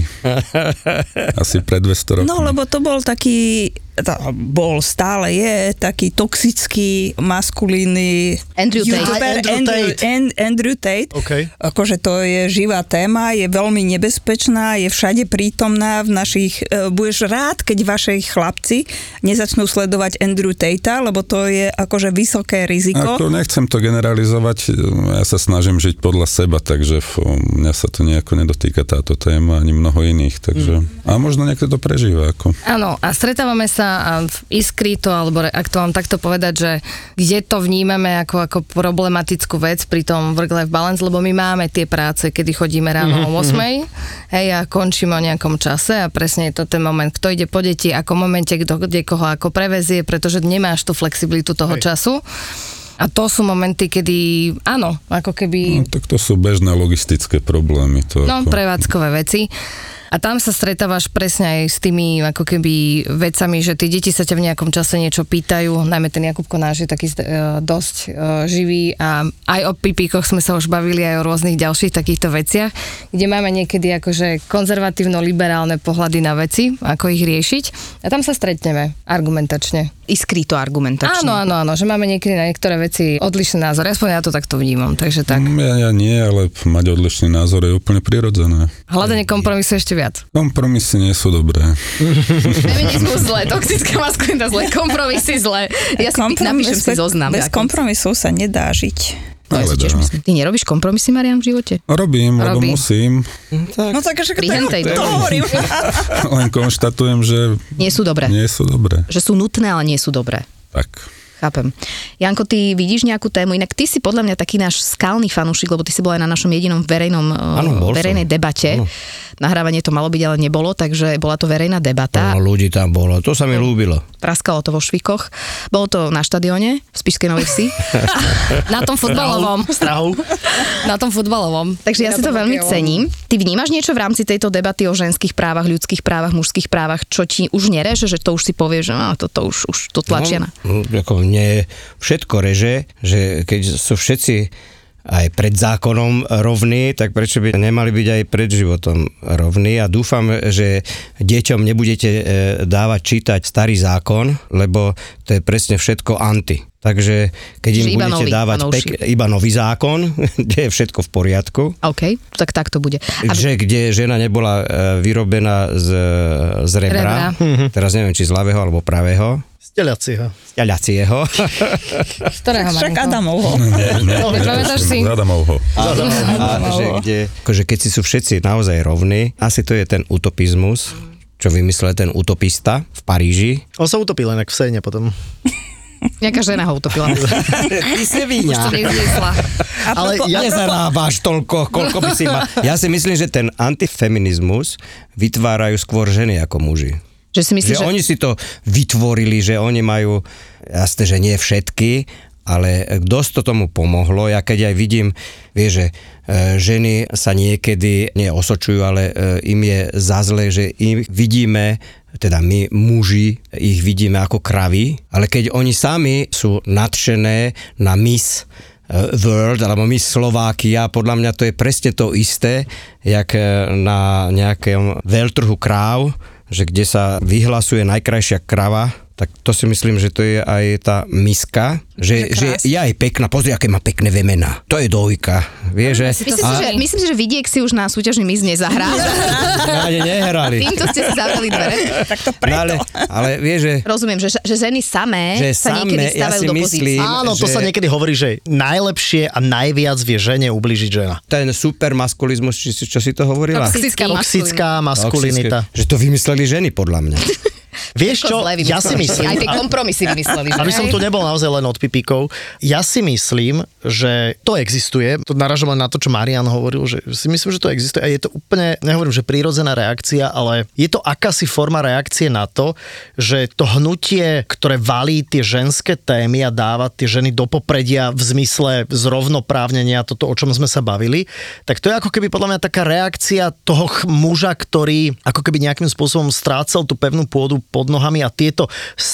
F: Asi pred 200 rokmi.
C: No, lebo to bol taký, tá, bol stále je, taký toxický, maskulínny
A: Andrew Tate.
C: youtuber
B: Aj Andrew
C: Andrew,
B: Tate.
C: An- Andrew Tate.
B: OK.
C: Akože to je živá téma, je veľmi nebezpečná, je všade prítomná v našich, e, budeš rád, keď vaši chlapci nezačnú sledovať Andrew Tate, lebo to je akože vysoké riziko.
F: Ako nechcem to generalizovať, ja sa snažím žiť podľa seba, takže f- mňa sa to nejako nedotýka táto téma ani mnoho iných, takže... A možno niekto to prežíva, ako...
E: Áno, a stretávame sa a v iskri to, alebo re- ak to mám takto povedať, že kde to vnímame ako, ako problematickú vec pri tom work-life balance, lebo my máme tie práce, kedy chodíme ráno o 8, hej, a končíme o nejakom čase a presne je to ten moment, kto ide po deti, ako momente, kto kde koho ako prevezie, pretože nemáš tú flexibilitu toho času. A to sú momenty, kedy, áno, ako keby
F: No, tak to sú bežné logistické problémy. To
E: No,
F: ako...
E: prevádzkové veci. A tam sa stretávaš presne aj s tými ako keby vecami, že tie deti sa ťa v nejakom čase niečo pýtajú, najmä ten Jakub Konáš je taký uh, dosť uh, živý a aj o pipíkoch sme sa už bavili aj o rôznych ďalších takýchto veciach, kde máme niekedy akože konzervatívno-liberálne pohľady na veci, ako ich riešiť a tam sa stretneme argumentačne.
A: Iskry to argumentačne.
E: Áno, áno, áno, že máme niekedy na niektoré veci odlišné názory, aspoň ja to takto vnímam, takže tak.
F: Mm, Ja, ja nie, ale p- mať odlišný názor je úplne prirodzené.
E: Hľadanie kompromisu ešte viac.
F: Kompromisy nie sú dobré.
A: [laughs] Feminizmus zle, toxická maskulinita zle, kompromisy zle. Ja si
C: Kompromis-
A: napíšem si
C: bez-
A: zoznam.
C: Bez
A: ako-
C: kompromisov sa nedá žiť.
A: No, ja si
F: Ale
A: tiež
F: dá.
A: myslím. Ty nerobíš kompromisy, Marian, v živote?
F: Robím, lebo
E: Robí.
F: musím,
C: No tak, že
A: Pri
C: to,
A: hentej
C: to
A: dobe. [laughs]
C: hovorím.
F: len konštatujem, že
A: Nie sú dobré.
F: nie sú dobré.
A: Že sú nutné, ale nie sú dobré.
F: Tak.
A: Chápem. Janko, ty vidíš nejakú tému, inak ty si podľa mňa taký náš skalný fanúšik, lebo ty si bol aj na našom jedinom verejnom,
D: Áno,
A: ano,
D: bol som.
A: verejnej debate. Ano. Nahrávanie to malo byť, ale nebolo, takže bola to verejná debata.
D: Plno No, ľudí tam bolo, to sa mi ľúbilo.
A: Praskalo to vo Švikoch. Bolo to na štadióne v Spišskej Novej Vsi.
E: Na tom futbalovom.
B: Strahov.
E: Na tom futbalovom.
A: Takže ja si to veľmi cením. Ty vnímaš niečo v rámci tejto debaty o ženských právach, ľudských právach, mužských právach, čo ti už nereže, že to už si povieš, že á, toto už, už to tlačia na...
D: No, no, ako mne všetko reže, že keď sú všetci aj pred zákonom rovní, tak prečo by nemali byť aj pred životom rovní a dúfam, že deťom nebudete e, dávať čítať starý zákon, lebo to je presne všetko anti. Takže keď im
A: Čiže iba
D: budete
A: nový,
D: dávať
A: a novší.
D: pek, iba nový zákon, [laughs] kde je všetko v poriadku,
A: OK, tak tak to bude. A
D: že kde žena nebola e, vyrobená z, e, z rebra, Mhm. teraz neviem, či z ľavého alebo pravého,
B: Steliacieho.
D: z ďaľacieho.
E: Z ktorého
C: Však
E: Marinko?
C: Adamovho.
E: Pamätáš si?
F: Zadamov ho.
D: a že kde, akože keď si sú všetci naozaj rovní, asi to je ten utopizmus, čo vymyslel ten utopista v Paríži.
B: On sa utopil len ak v Sejne potom.
A: nejaká žena ho utopila.
D: Ty si
E: Už som nezniesla.
B: Ale
D: Ja nezarábáš toľko, koľko by si mal. Ja si myslím, že ten antifeminizmus vytvárajú skôr ženy ako muži.
A: Že si myslíš,
D: Že, že oni si to vytvorili, že oni majú, jasné, že nie všetky, ale dosť to tomu pomohlo. Ja keď aj vidím, vie, že e, ženy sa niekedy neosočujú, ale e, im je za zle, že im vidíme, teda my muži ich vidíme ako kravy, ale keď oni sami sú nadšené na mis, eh, World alebo Miss Slovakia, podľa mňa to je presne to isté, jak eh, na nejakom veľtrhu kráv, že kde sa vyhlasuje najkrajšia krava, Tak to si myslím, že to je aj tá miska, že,
C: To je
D: že
C: krásne.
D: je aj pekná. Pozri, aké má pekné vemená. To je dojka. Vieš, že...
E: si
A: Myslím si, že, myslím si, že vidiek si už na súťažný mis
B: [laughs]
A: nezahrá.
D: Ani nehrali.
A: Týmto ste si zavreli dvere.
C: Tak to
D: No,
C: preto.
D: ale, ale vieš, že
A: Rozumiem, že, že ženy samé
D: Že
A: sa
D: samé,
A: niekedy
D: ja
A: stávajú
D: si
A: do
D: myslím-
A: pozície.
B: Áno, to
D: že-
B: sa niekedy hovorí, že najlepšie a najviac vie žene ubližiť žena.
D: ten supermaskulizmus, či, si- čo si to hovorila?
A: Toxický
B: Toxická maskulinita.
D: No, Že to vymysleli ženy, podľa mňa.
A: Všetko
B: Vieš čo,
A: zlé
B: ja si
A: vymysleli.
B: myslím,
A: Aj tie kompromisy vymysleli. že?
B: aby som tu nebol naozaj len od pipíkov, ja si myslím, že to existuje, to naražom len na to, čo Marian hovoril, že si myslím, že to existuje a je to úplne, nehovorím, že prírodzená reakcia, ale je to akási forma reakcie na to, že to hnutie, ktoré valí tie ženské témy a dáva tie ženy do popredia v zmysle zrovnoprávnenia, toto, o čom sme sa bavili, tak to je ako keby podľa mňa taká reakcia toho ch- muža, ktorý ako keby nejakým spôsobom strácal tú pevnú pôdu pod nohami a tieto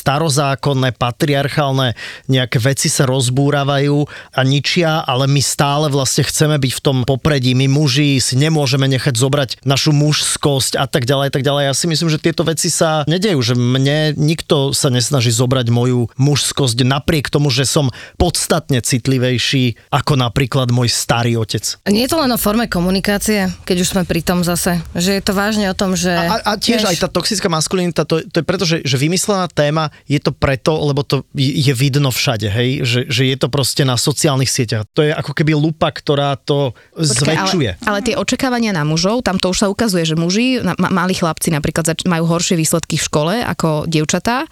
B: starozákonné, patriarchálne nejaké veci sa rozbúravajú a ničia, ale my stále vlastne chceme byť v tom popredí. My muži si nemôžeme nechať zobrať našu mužskosť a tak ďalej, tak ďalej. Ja si myslím, že tieto veci sa nedejú, že mne nikto sa nesnaží zobrať moju mužskosť napriek tomu, že som podstatne citlivejší ako napríklad môj starý otec.
E: Nie je to len o forme komunikácie, keď už sme pri tom zase, že je to vážne o tom, že...
B: A, a tiež aj tá toxická maskulinita, to, to je preto, že, že vymyslená téma je to preto, lebo to je je vidno všade, hej, že, že je to proste na sociálnych sieťach. To je ako keby lupa, ktorá to
A: Počkaj,
B: zväčšuje.
A: Ale, ale tie očakávania na mužov, tam to už sa ukazuje, že muži, na, ma, malí chlapci napríklad zač- majú horšie výsledky v škole ako dievčatá.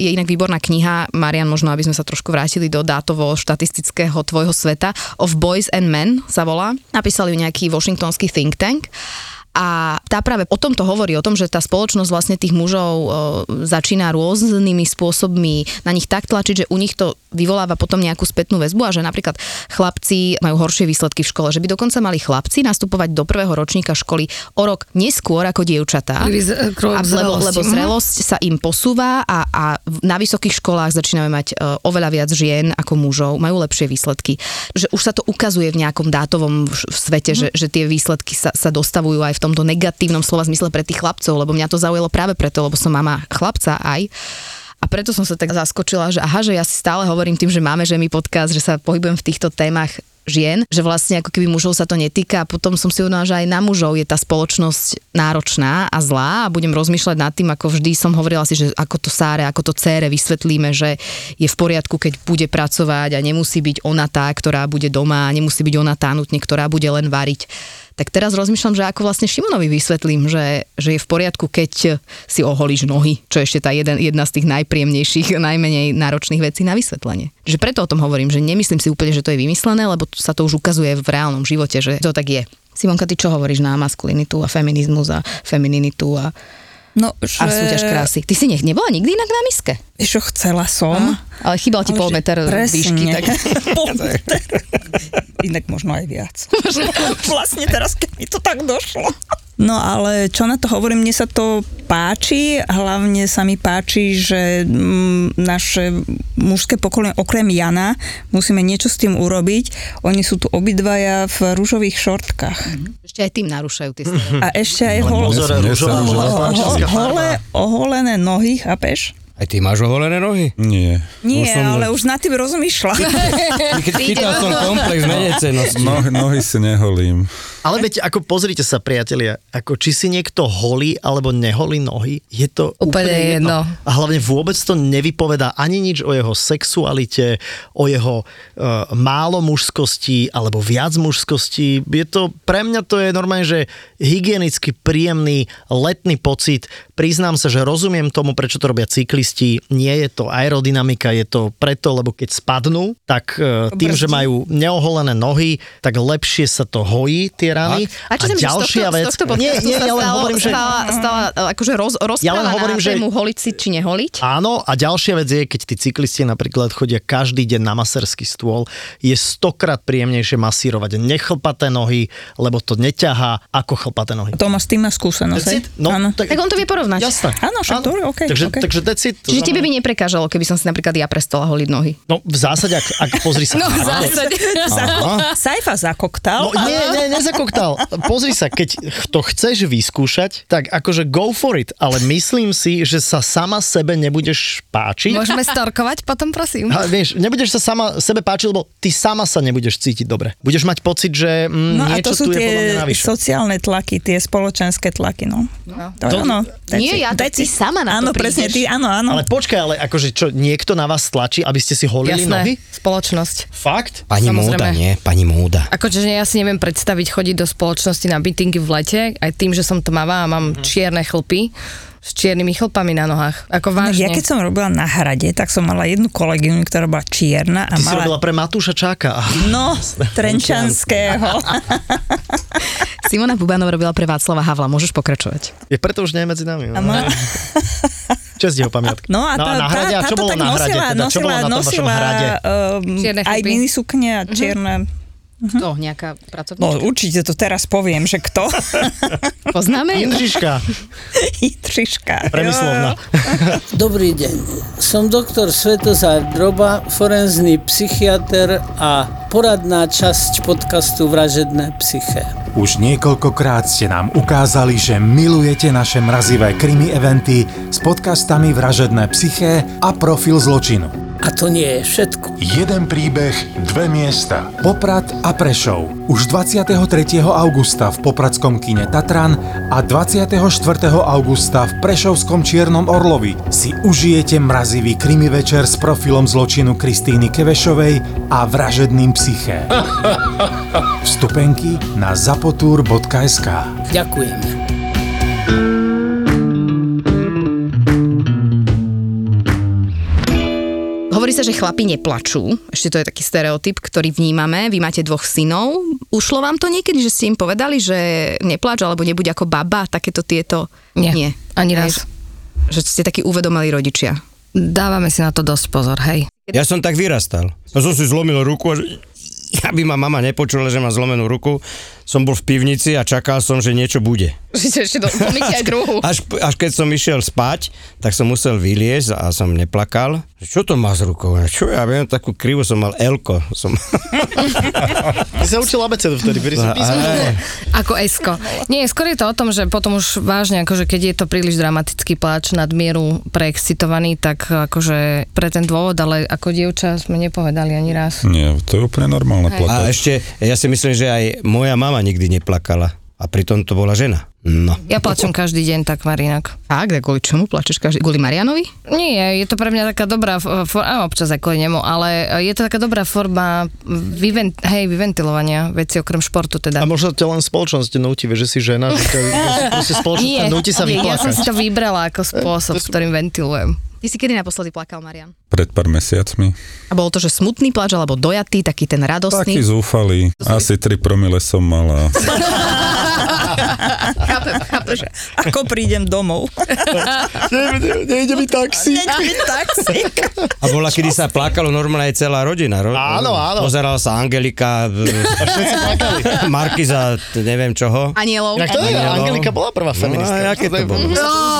A: Je inak výborná kniha, Marian, možno aby sme sa trošku vrátili do dátovo štatistického tvojho sveta, Of Boys and Men sa volá. Napísali ju nejaký washingtonský think tank. A tá práve o tomto hovorí, o tom, že tá spoločnosť vlastne tých mužov e, začína rôznymi spôsobmi na nich tak tlačiť, že u nich to vyvoláva potom nejakú spätnú väzbu a že napríklad chlapci majú horšie výsledky v škole, že by dokonca mali chlapci nastupovať do prvého ročníka školy o rok neskôr ako dievčatá.
E: Pri vyz-
A: A
E: krok
A: lebo,
E: zrelosti.
A: lebo zrelosť sa im posúva a, a v- na vysokých školách začíname mať e, oveľa viac žien ako mužov, majú lepšie výsledky. Že už sa to ukazuje v nejakom dátovom v- v svete, že, že tie výsledky sa, sa dostavujú aj v tomto negatívnom slova zmysle pre tých chlapcov, lebo mňa to zaujalo práve preto, lebo som mama chlapca aj. A preto som sa tak zaskočila, že aha, že ja si stále hovorím tým, že máme ženy podcast, že sa pohybujem v týchto témach žien, že vlastne ako keby mužov sa to netýka a potom som si uvedomila, že aj na mužov je tá spoločnosť náročná a zlá a budem rozmýšľať nad tým, ako vždy som hovorila si, že ako to Sáre, ako to cére vysvetlíme, že je v poriadku, keď bude pracovať a nemusí byť ona tá, ktorá bude doma, a nemusí byť ona tá nutne, ktorá bude len variť. Tak teraz rozmýšľam, že ako vlastne Šimonovi vysvetlím, že, že je v poriadku, keď si oholíš nohy, čo je ešte tá jeden, jedna z tých najpríjemnejších, [laughs] najmenej náročných vecí na vysvetlenie. Že preto o tom hovorím, že nemyslím si úplne, že to je vymyslené, lebo t- sa to už ukazuje v reálnom živote, že to tak je. Simonka, ty čo hovoríš na maskulinitu a feminizmus a femininitu a,
C: No,
A: a súťaž krásy? Ty si ne, nebola nikdy inak na miske?
C: Čo chcela som.
A: Ale chýbal ti
C: Ale
A: pol
C: že-
A: meter
C: presne.
A: výšky,
C: [laughs]
A: tak
C: Pol meter. Inak možno aj viac. vlastne teraz, keď mi to tak došlo. No ale čo na to hovorím, mne sa to páči, hlavne sa mi páči, že mm, naše mužské pokolenie, okrem Jana, musíme niečo s tým urobiť. Oni sú tu obidvaja v rúžových šortkách.
A: ešte aj tým narúšajú tie stereotypy.
C: A ešte aj
B: Ale
C: hol,
F: mne
B: pozor,
F: sa- mne sa
B: rúžová,
F: už-
B: hol- pančelská
C: hole,
B: farba.
C: oholené nohy, chápeš?
D: Aj ty máš oholené
A: [laughs]
D: nohy?
F: Nie.
D: Už
C: Nie,
D: som-
C: ale už na tým rozmýšľam.
D: Keď chytal som komplex menecenosti.
F: No, nohy si neholím.
B: Ale veď, ako pozrite sa, priatelia, ako či si niekto holí alebo neholí nohy, je to úplne,
E: Úplne jedno.
B: A hlavne vôbec to nevypovedá ani nič o jeho sexualite, o jeho e, málo mužskosti alebo viac mužskosti. Je to, pre mňa to je normálne, že hygienicky príjemný letný pocit. Priznám sa, že rozumiem tomu, prečo to robia cyklisti. Nie je to aerodynamika, je to preto, lebo keď spadnú, tak e, tým, že majú neoholené nohy, tak lepšie sa to hojí tie rany.
A: A čo sa mi že z
B: ďalšia
A: tohto,
B: vec...
A: Z tohto
B: nie,
A: podcastu
B: nie,
A: sa
B: ja len
A: stalo,
B: hovorím, že...
A: stala,
E: Mhm.
A: stala, e, akože roz, rozpráva
B: hovorím,
A: na
B: že-
A: tému holiť si či neholiť.
B: Áno, a ďalšia vec je, keď tí cyklisti napríklad chodia každý deň na maserský stôl, je stokrát príjemnejšie masírovať nechlpaté nohy, lebo to neťahá ako chlpaté nohy.
C: Tomáš, ty máš skúsenosť, hej?
B: That's it. No,
C: Áno.
A: Tak on to vie porovnať.
B: Jasné.
C: Áno, však dobre, okej,
B: takže,
C: okej.
B: takže that's holiť. To
A: Čiže tebe by neprekážalo, keby som si napríklad ja prestala holiť nohy.
B: No v zásade, ak, ak pozri sa.
A: No, v zásade.
D: Aha.
C: Sajfa
B: No,
C: zakoktal.
B: nie, nie, nezakoktal. Pozri sa, keď ch- to chceš vyskúšať, tak akože go for it, ale myslím si, že sa sama sebe nebudeš páčiť.
E: Môžeme storkovať potom, prosím.
B: A vieš, nebudeš sa sama sebe páčiť, lebo ty sama sa nebudeš cítiť dobre. Budeš mať pocit, že mm,
C: No a
B: niečo
C: to sú
B: tu je podľa
C: tie
B: mňa navyše.
C: sociálne tlaky, tie spoločenské tlaky, no. To,
B: To-
C: no
A: Nie, ja, tak ty sama na to
C: Áno, presne,
A: prídeš.
C: ty, áno, áno.
B: Ale počkaj, ale akože čo, niekto na vás tlačí, aby ste si holili nohy?
E: Jasné, spoločnosť.
B: Fakt?
D: Pani
E: Samozrejme.
D: Múda, nie? Pani Múda.
E: Akože ja si neviem predstaviť chodiť do spoločnosti na meetingy v lete, aj tým, že som tmavá a mám
A: Mhm.
E: čierne chlpy s čiernymi chlpami na nohách. Ako vážne.
C: No, Ja keď som robila na hrade, tak som mala jednu kolegyňu, ktorá bola čierna a
B: Ty si
C: mala...
B: robila pre Matúša Čáka. [laughs]
C: No, trenčanského.
A: [laughs] Simona Bubanov robila pre Václava Havla, môžeš pokračovať.
B: Je preto už nie je medzi nami. No.
C: Ma-
B: Čest jeho pamiatky.
C: No a, tá,
B: na hrade,
C: tá,
B: a čo
C: táto
B: bolo
C: tak
B: na hrade?
C: nosila,
B: Teda, čo bolo
C: nosila,
B: na tom vašom
C: nosila
B: hrade?
E: Čierne
C: um, aj
E: chlpy.
C: minisukne a čierne...
E: Mhm.
A: To, nejaká
C: No
A: pracovníčka.
C: určite to teraz poviem, že kto.
B: [laughs]
A: Poznáme ju?
C: [laughs]
B: Indriška,
C: Chytriška.
B: premyslovná.
G: Dobrý deň. Som doktor Svetozár Droba, forenzný psychiatr a poradná časť podcastu Vražedné psyché.
H: Už niekoľkokrát ste nám ukázali, že milujete naše mrazivé krimi eventy s podcastami Vražedné psyché a Profil zločinu.
G: A to nie je všetko.
H: Jeden príbeh, dve miesta. Poprad a Prešov. Už 23. augusta v Popradskom kine Tatran a 24. augusta v Prešovskom Čiernom Orlovi si užijete mrazivý krimi večer s profilom zločinu Kristýny Kevešovej a vražedným [laughs] psyché. Vstupenky na zapotur.sk
G: Ďakujeme.
A: Hovorí sa, že chlapi neplačú. Ešte to je taký stereotyp, ktorý vnímame. Vy máte dvoch synov. Ušlo vám to niekedy, že ste im povedali, že neplač alebo nebuď ako baba, takéto tieto?
E: Nie, ani raz.
A: Hej, Že ste takí uvedomili rodičia.
E: Dávame si na to dosť pozor, hej.
D: Ja som tak vyrastal. Ja som si zlomil ruku a že- [laughs] aby ma mama nepočula, že mám zlomenú ruku, som bol v pivnici a čakal som, že niečo bude.
A: [laughs] Že ste ešte doplníte aj druhú.
D: Až, až keď som išiel spať, tak som musel vyliesť a som neplakal. Že Čo to má s rukou? Ja, Čo ja viem, takú krivu som mal elko. Som...
B: Ty sa učil abecedu vtedy, kedy
D: [laughs]
E: No,
B: si písal.
E: Ako esko. Nie, skôr je to o tom, že potom už vážne, akože keď je to príliš dramatický pláč nadmieru preexcitovaný, tak akože pre ten dôvod, ale ako dievča sme nepovedali ani raz.
F: Nie, to je úplne normálne
D: A
F: plakať.
D: ešte, ja si myslím, že aj moja mama nikdy neplakala. A pritom to bola žena. No.
E: Ja plačem každý deň takmer inak.
A: Tak, tak kvôli čomu plačeš? Každý? Kvôli Marianovi?
E: Nie, je to pre mňa taká dobrá, for, a občas aj kvôli nemu, ale je to taká dobrá forma vyven, hej, vyventilovania veci okrem športu
B: A
E: teda.
B: možno ťa len spoločnosť núti, vieš, že si žena, že to je proste spoločnosť ťa núti sa
E: nie, ja som
B: vyplakať.
E: si to vybrala ako spôsob, s ktorým ventilujem.
A: Ty si kedy naposledy plakal, Marian?
F: Pred pár mesiacmi.
A: A bolo to, že smutný plač, alebo dojatý, taký ten
F: Taký
A: radostný.
F: zúfalý. Asi 3 promile som mal a
A: Chápem, chápem.
C: Ako prídem
B: [laughs]
C: domov.
B: Nejde mi taxi.
C: Neďme taxík.
D: A bola, kedy sa plakalo normálne aj celá rodina. Ro-
B: Áno, áno.
D: Pozerala sa Angelika, e, [laughs] Markiza, t- neviem čoho.
A: Anielov.
B: Tak to je,
D: Anielov.
B: Angelika bola prvá feministka.
D: No, a aké to bolo? No.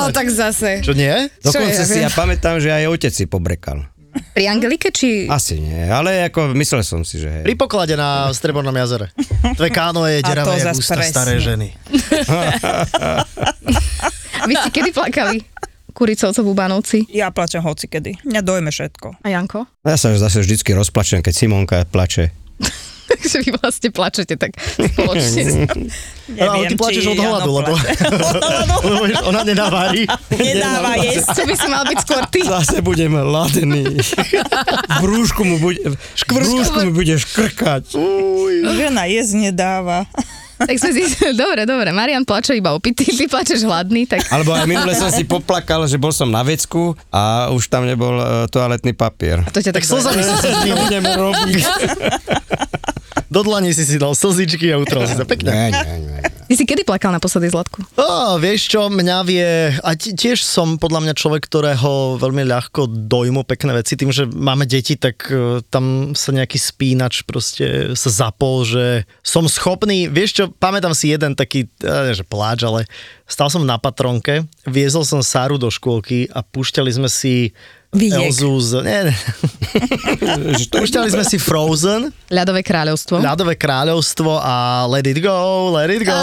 A: No, tak zase.
B: Čo nie?
D: Dokonca
A: ja
D: si ja pamätám, že aj otec si pobrekal.
A: Pri Angelike či...
D: Asi nie, ale ako myslel som si, že hej.
B: Pri poklade na Strebornom jazere. Tvoje káno je deravé,
C: to
B: jak
C: zas
B: ústa
C: presne.
B: staré ženy.
A: A vy ste kedy plakali? Kuricovcov Bubanovci.
C: Ja plačem hocikedy. Mňa dojme všetko.
A: A Janko?
D: Ja sa zase vždycky rozplačem, keď Simonka plače.
A: [laughs] Takže vy vlastne plačete tak spoločne.
C: Neviem,
B: No, ale ty plačeš
C: či
B: od hladu, [laughs]
C: ono
B: lebo,
C: plače.
B: lebo vieš, [laughs] ona nenavári.
C: Nedáva jesť.
A: Co by si mal byť skôr ty?
D: Zase budem ladený. V brúšku mu bude, v brúšku mu bude škrkať.
C: Žena jesť nedáva.
A: Tak sme zistili, [laughs] dobre, dobre, Marian plače iba opitý, ty plačeš hladný, tak...
D: Alebo aj minule som si poplakal, že bol som na vecku a už tam nebol e, toaletný papier.
A: To ťa tak,
B: Tak
D: [laughs]
B: slzami si si
D: Čo budem
B: [laughs]
D: robiť?
B: Do dlani si si dal slzičky a utrol si to pekne.
D: Nie, nie, nie.
C: Ty
A: Ty si kedy plakal naposledy, Zlatku?
B: Á, vieš čo, mňa vie, a ti- tiež som podľa mňa človek, ktorého veľmi ľahko dojmu pekné veci, tým, že máme deti, tak e, tam sa nejaký spínač proste sa zapol, že som schopný, vieš čo, pamätám si jeden taký, ja neviem, že pláč, ale stal som na patronke, viezol som Sáru do škôlky a púšťali sme si
C: Vidiek.
B: Elzu z... Nie, ne. Púšťali sme si Frozen
A: Ľadové kráľovstvo.
B: ľadové kráľovstvo a let it go, let it go.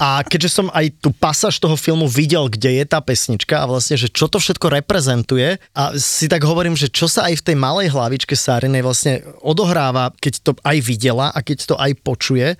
B: A keďže som aj tú pasáž toho filmu videl, kde je tá pesnička a vlastne, že čo to všetko reprezentuje a si tak hovorím, že čo sa aj v tej malej hlavičke Sárinej vlastne odohráva, keď to aj videla a keď to aj počuje,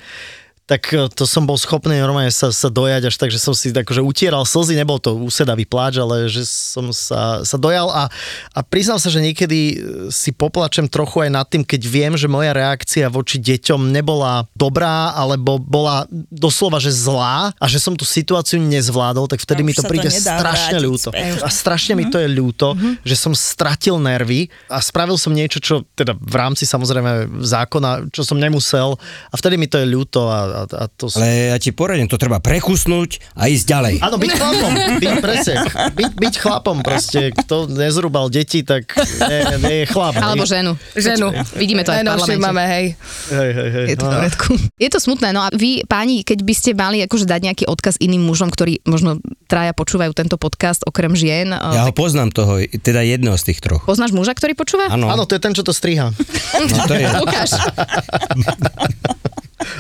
B: tak e, to som bol schopný normálne sa, sa dojať až tak, že som si tak, že utieral slzy, nebol to úsedavý pláč, ale že som sa, sa dojal a, a priznám sa, že niekedy e, si poplačem trochu aj nad tým, keď viem, že moja reakcia voči deťom nebola dobrá, alebo bola doslova, že zlá a že som tú situáciu nezvládol, tak vtedy
C: A
B: mi
C: už
B: to
C: sa to
B: príde
C: nedá
B: strašne
C: vrátiť
B: ľúto.
C: späť.
B: A strašne
A: Mhm.
B: mi to je ľúto, že som stratil nervy a spravil som niečo, čo teda v rámci samozrejme zákona, čo som nemusel a vtedy mi to je ľúto a, a, a to... Ale...
D: Ale ja ti poradím, to treba prekusnúť a ísť ďalej.
B: Áno, byť chlapom,
A: [laughs]
B: byť presne, byť, byť chlapom proste, kto nezrúbal deti, tak nie, nie je chlap. hej.
A: Alebo ženu.
E: Ženu.
A: Vidíme to aj v
E: Najnovšie
A: parlamente.
E: máme, hej.
B: Hej, hej, hej.
A: Je to, v
B: No.
A: poriadku. je to smutné, no a vy, páni, keď by ste mali akože dať nejaký odkaz iným mužom, ktorí možno traja počúvajú tento podcast, okrem žien, ja.
D: Ja ho poznám toho, teda jedného z tých troch.
A: poznáš muža, ktorý počúva?
D: Áno,
B: Áno, to je ten, čo to striha.
D: no to [laughs] je.
A: Lukáš,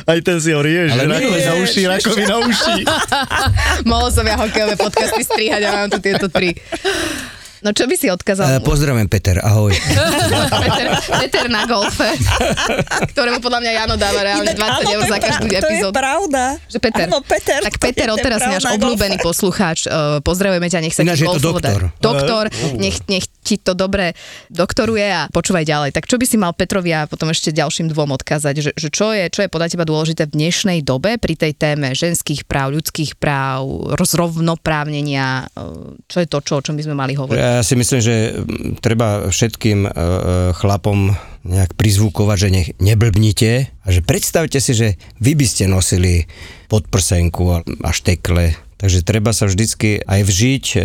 B: Aj ten si ho rieš, že
D: Ale nie,
B: rakovina uší, [laughs] rakovina uší.
A: mohol som ja hokejové podcasty strihať a mám tu tieto tri. No čo by si
D: Eh,
A: odkázal? mu?
D: Pozdravím, Peter, ahoj. [laughs]
A: Peter, Peter na golfe, ktorému podľa mňa Jano dáva reálne
C: Inak áno,
A: 20 eur
C: to je
A: za
C: pra-
A: každú
C: To je
A: epizódu.
C: pravda.
A: Že Peter.
C: Áno, Peter.
A: Tak
C: to
A: Peter,
C: je ten
A: odteraz náš
C: pravda, no.
A: obľúbený poslucháč. Uh, pozdravujeme ťa, nech sa
D: Ináč
A: ti
D: je to
A: golfovo
D: doktor.
A: darí. Doktor, nech, nech ti to dobre doktoruje a počúvaj ďalej. Tak čo by si mal Petrovi a potom ešte ďalším dvom odkázať, že, že čo, je, čo je podľa teba dôležité v dnešnej dobe pri tej téme ženských práv, ľudských práv, rozrovnoprávnenia, eh, čo je to, čo, o čom by sme mali hovoriť?
D: Ja si myslím, že mm, treba všetkým e, e, chlapom nejak prizvukovať, že nech neblbnite a že predstavte si, že vy by ste nosili podprsenku a, a štekle. Takže treba sa vždycky aj vžiť e,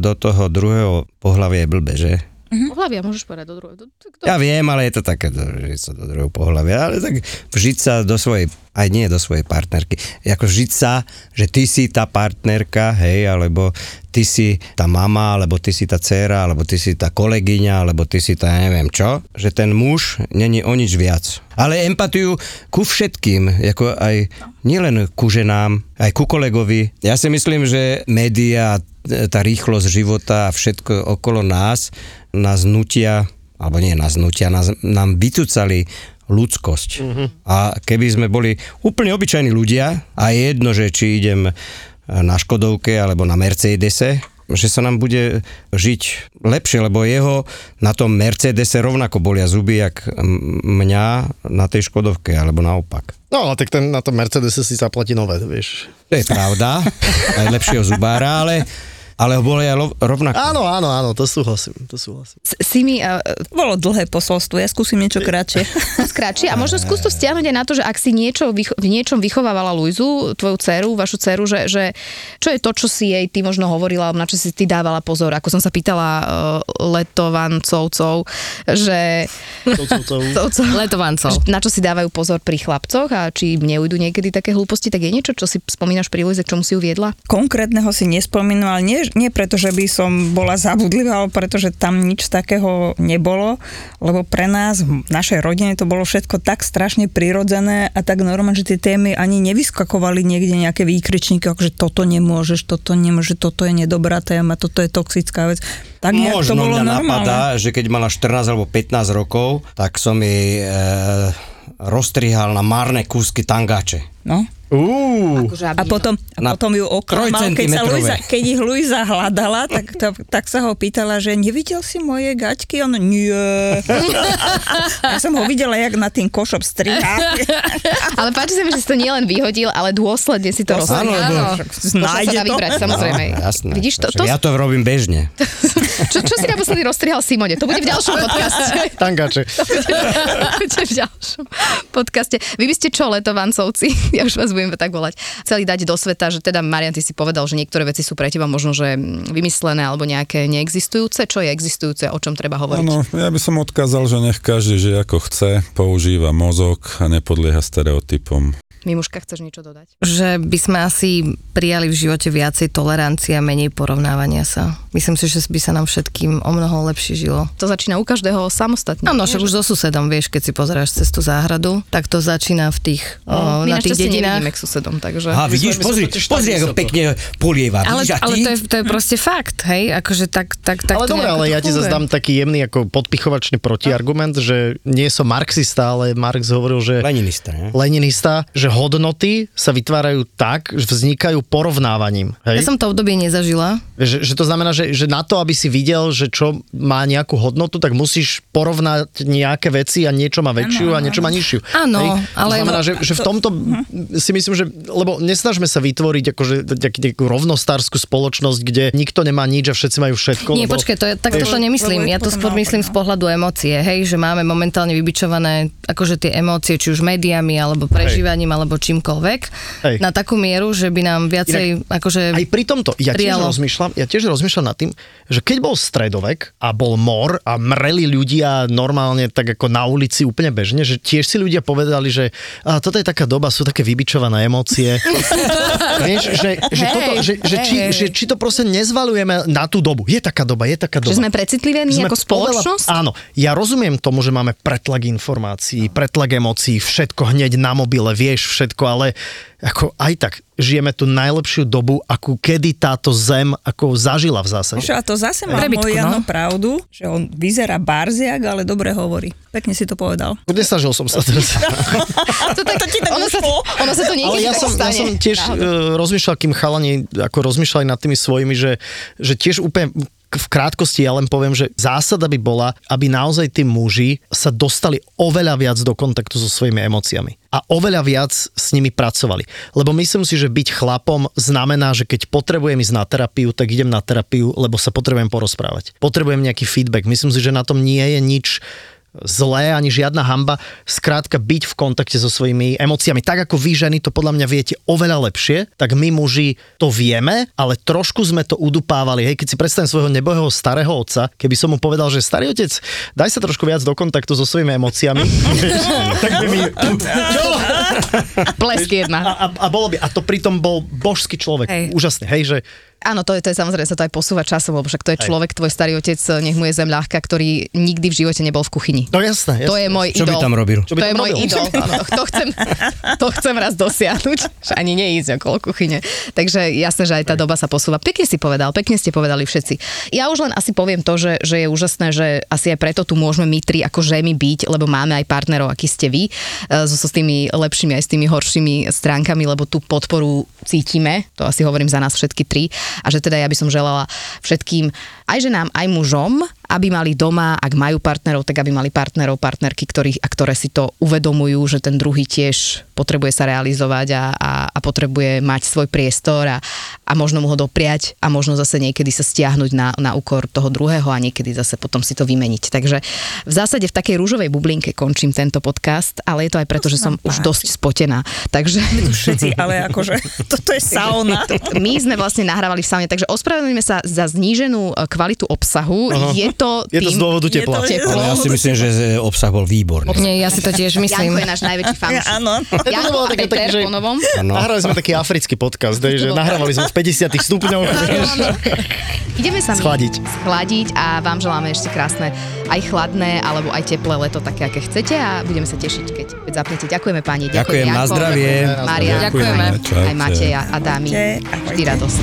D: do toho druhého pohľavia je blbe, že?
A: Hlavia, môžeš povedať do druhého. do- do-
D: Ja viem, ale je to také, že sa do druhého pohľavia, ale tak vžiť sa do svojej, aj nie do svojej partnerky, ako vžiť sa, že ty si tá partnerka, hej, alebo ty si tá mama, alebo ty si tá dcéra, alebo ty si tá kolegyňa, alebo ty si tá ja neviem čo, že ten muž není o nič viac. Ale empatiu ku všetkým, ako aj nielen ku ženám, aj ku kolegovi. Ja si myslím, že média, e, tá rýchlosť života a všetko okolo nás nás nutia alebo nie nás nutia, nás, nám vytúcali ľudskosť. Mm-hmm. A keby sme boli úplne obyčajní ľudia, a je jedno, že či idem e, na Škodovke alebo na Mercedese, že sa nám bude žiť lepšie, lebo jeho na tom Mercedese rovnako bolia zuby, jak m- mňa na tej Škodovke, alebo naopak.
B: No, ale tak ten na tom Mercedese si zaplatí nové, vieš.
D: To je pravda, aj lepšieho zubára, ale, ale ho bolia lo- rovnako.
B: Áno, áno, áno, to súhlasím, to súhlasím.
A: S- Si mi eh,
C: Bolo dlhé posolstvo, ja skúsim niečo kratšie.
B: [laughs]
A: to skráči a možno skús to stiahnuť aj na to, že ak si niečo, vych- v niečom vychovávala Luizu, tvoju dceru, vašu dceru, že, že čo je to, čo si jej ty možno hovorila, alebo na čo si ty dávala pozor, ako som sa pýtala uh, letovancovcov, že
B: To, to,
A: [laughs]
B: to,
A: covcov,
E: Letovancov.
A: že na čo si dávajú pozor pri chlapcoch a či im neujdu niekedy také hlúposti, tak je niečo, čo si spomínaš pri Luize, k čomu si ju viedla?
C: Konkrétneho si nespomínam, ale nie, nie preto, že by som bola zabudlivá, ale preto, že tam nič takého nebolo, lebo pre nás, v našej rodine to bolo všetko tak strašne prirodzené a tak normálne, že tie témy ani nevyskakovali niekde nejaké výkričníky, ako že toto nemôžeš, toto nemôže, toto je nedobrá téma, toto je toxická vec. Tak nejak to
D: Možno
C: bolo
D: mňa
C: normálne.
D: napadá, že keď mala 14 alebo 15 rokov, tak som jej e, roztrihal na márne kúsky tangáče.
C: No.
B: Uú,
A: Akože,
C: A potom, a
D: Na
C: Potom ju oklamal, keď, sa Luisa,
D: trojcentimetrové.
C: keď ich Luisa hľadala, tak, to, tak sa ho pýtala, že nevidel si moje gaťky? On, nie. ja som ho videla, jak na tým košom striha.
A: Ale páči sa mi, že si to nielen vyhodil, ale dôsledne si to
D: Dôsledne,
A: rozhodil.
D: áno.
A: Nájde sa
C: Nájde
A: dá
C: to.
A: vybrať, samozrejme.
D: No, jasné.
A: Vidíš, to,
D: Však
A: to,
D: Ja to robím bežne.
A: čo, čo si naposledy rozstrihal Simone? To bude v ďalšom podcaste.
E: [laughs]
B: Tangače.
A: [laughs] To bude v ďalšom podcaste. Vy by ste čo, letovancovci? [laughs] Ja už vás budem tak volať. Chceli dať do sveta, že teda Marian, ty si povedal, že niektoré veci sú pre teba možno, že mm, vymyslené alebo nejaké neexistujúce. Čo je existujúce? O čom treba hovoriť?
F: Áno, ja by som odkázal, že nech každý žije ako chce, používa mozog a nepodlieha stereotypom.
A: Mimuška, chceš niečo dodať?
E: že by sme asi prijali v živote viacej tolerancie a menej porovnávania sa. Myslím si, že by sa nám všetkým o mnoho lepšie žilo.
A: To začína u každého samostatne. nie?
E: Áno, však
A: Že-
E: už so susedom, vieš, keď si pozeráš cez tú záhradu, tak to začína v tých,
A: Mhm. My
E: o, na tých
A: našťastie nevidíme
E: dedinách.
A: k susedom, takže...
D: A
B: sme- my
D: vidíš,
B: sme
D: pozri,
B: totiž
D: pozri,
B: takisto
D: ako
B: to.
D: pekne polieva.
E: Ale,
D: Vidíš, a ty?
E: ale to, je, to je proste fakt, hej? Akože tak, tak, tak
B: ale
E: to
B: dobre,
E: nejako
B: ale
E: to
B: ja ti zase
E: funguje.
B: dám taký jemný ako podpichovačný protiargument, že nie som marxista, ale Marx hovoril, že
D: Leninista, ne?
B: leninista, že hodnoty sa vytvárajú tak, že vznikajú porovnávaním.
E: Ja
B: Hej?
E: som to obdobie nezažila.
B: Že, že to znamená, že, že na to, aby si videl, že čo má nejakú hodnotu, tak musíš porovnať nejaké veci a niečo má väčšiu a niečo má nižšiu.
E: Áno,
B: Hej?
E: ale-
B: To
E: no, Mhm.
B: znamená, že, že v tomto si myslím, že... Lebo nesnažme sa vytvoriť akože nejaký- nejakú rovnostárskú spoločnosť, kde nikto nemá nič a všetci majú všetko.
E: Nie,
B: lebo-
E: počkaj, to je, tak
B: Vieš-
E: toto nemyslím.
C: lebo je
E: Ja to
C: potom
E: skôr
C: naopak,
E: myslím
C: no.
E: z pohľadu emócie, hej, že máme momentálne vybičované akože tie emócie, či už médiami, alebo prežívaním, alebo čímkoľvek,
B: Hej.
E: na takú mieru, že by nám viacej akože...
B: Aj pri tomto, ja tiež,
E: Prijalo.
B: rozmýšľam, ja tiež rozmýšľam nad tým, že keď bol stredovek a bol mor a mreli ľudia normálne tak ako na ulici úplne bežne, že tiež si ľudia povedali, že a, toto je taká doba, sú také
A: [laughs]
B: vybičované emócie. Vieš, že, že, toto, že, že, či, že či to proste nezvalujeme na tú dobu. Je taká doba, je taká doba.
A: Že sme precitlivení ako spoločnosť?
B: Oveľa, áno, ja rozumiem tomu, že máme pretlak informácií, pretlak emócií, všetko hneď na mobile, vieš všetko, ale ako aj tak žijeme tú najlepšiu dobu, akú kedy táto zem ako zažila v zásade.
C: Čo, a to zase má
E: Prebytku,
C: Mojano
E: no.
C: pravdu, že on vyzerá barziak, ale dobre hovorí. Pekne si to povedal.
B: Nesažil som sa teraz. [laughs]
A: to, tak, to
C: ti tak
A: ono, sa,
C: ušlo?
A: ono [laughs] sa to
B: Ale
A: niekedy
B: ja som, ja
A: stane.
B: som tiež uh, rozmýšľal, kým chalani ako rozmýšľali nad tými svojimi, že, že tiež úplne k- v krátkosti ja len poviem, že zásada by bola, aby naozaj tí muži sa dostali oveľa viac do kontaktu so svojimi emóciami a oveľa viac s nimi pracovali. Lebo myslím si, že byť chlapom znamená, že keď potrebujem ísť na terapiu, tak idem na terapiu, lebo sa potrebujem porozprávať. Potrebujem nejaký feedback. Myslím si, že na tom nie je nič zlé, ani žiadna hamba. Skrátka byť v kontakte so svojimi emóciami. Tak ako vy ženy to podľa mňa viete oveľa lepšie, tak my muži to vieme, ale trošku sme to udupávali. Hej, keď si predstavím svojho nebohého starého otca, keby som mu povedal, že starý otec, daj sa trošku viac do kontaktu so svojimi emóciami, [laughs] tak by mi...
A: Plesk jedna.
B: A, a, a, bolo by, a to pritom bol božský človek.
E: Hej.
B: Hej. Úžasný, hej, že
A: Áno, to je, to je samozrejme, sa to aj posúva časom, lebo však to je človek, tvoj starý otec, nech mu je zem ľahká, ktorý nikdy v živote nebol v kuchyni.
B: no jasné, jasné.
A: To je môj
D: Čo by
A: idol.
D: tam robil?
B: Čo by
A: to je
B: tam
A: môj
B: robil?
A: idol. Áno, To chcem,
B: [laughs]
A: to chcem raz dosiahnuť. Že ani neísť okolo kuchyne. Takže jasné, že aj tá doba sa posúva. Pekne si povedal, pekne ste povedali všetci. Ja už len asi poviem to, že, že je úžasné, že asi aj preto tu môžeme my tri ako ženy byť, lebo máme aj partnerov, akí ste vy, e, so, so s tými lepšími aj s tými horšími stránkami, lebo tú podporu cítime, to asi hovorím za nás všetky tri, a že teda ja by som želala všetkým, aj ženám, aj mužom, aby mali doma, ak majú partnerov, tak aby mali partnerov, partnerky, ktorých, a ktoré si to uvedomujú, že ten druhý tiež potrebuje sa realizovať a, a, a potrebuje mať svoj priestor a, a možno mu ho dopriať a možno zase niekedy sa stiahnuť na, na úkor toho druhého a niekedy zase potom si to vymeniť. Takže v zásade v takej rúžovej bublinke končím tento podcast, ale je to aj preto, že som už dosť spotená. Takže [laughs]
C: Všetci, ale akože, toto je sauna.
A: my sme vlastne nahrávali v saune, takže ospravedlňujeme sa za zníženú e, kvalitu obsahu. Je to
B: Je
A: tým,
B: to z dôvodu
C: Je
B: tepla.
C: to-
A: teplo.
D: Ale ja si myslím, že e, obsah bol výborný.
E: Nie, ja si to tiež
A: Janko
E: myslím.
A: je náš
B: [laughs]
A: najväčší fanúšik.
C: Áno.
A: Janko
B: bolo
A: a
B: také-
A: Peter
B: také, že-
A: po novom.
D: Áno.
B: Nahrali sme taký africký podcast, hej, že nahrávali sme v 50 stupňov.
A: Ideme sa my
B: Schladiť.
A: schladiť a vám želáme ešte krásne aj chladné, alebo aj teplé leto, také, aké chcete a budeme sa tešiť, keď opäť zapnete. Ďakujeme páni,
D: Ďakujem,
A: ďakujem
D: na
A: Janko,
D: zdravie.
A: ďakujem Maria,
E: Ďakujeme.
F: Čaute.
A: aj Mateja a dámy.
C: Čaute,
A: Vždy
C: ahojte.
A: radosť.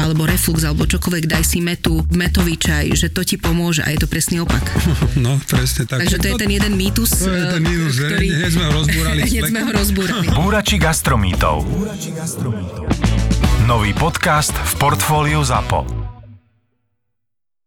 E: alebo reflux, alebo čokoľvek, daj si metu, metový čaj, že to ti pomôže a je to presný opak.
F: No, presne tak.
E: Takže to je ten jeden
F: To
E: mýtus,
F: je ten mýtus,
E: eh,
F: ktorý... hneď sme ho rozbúrali.
E: [laughs] hneď sme ho rozbúrali.
H: Búrači gastromítov. Nový podcast v portfóliu ZAPO.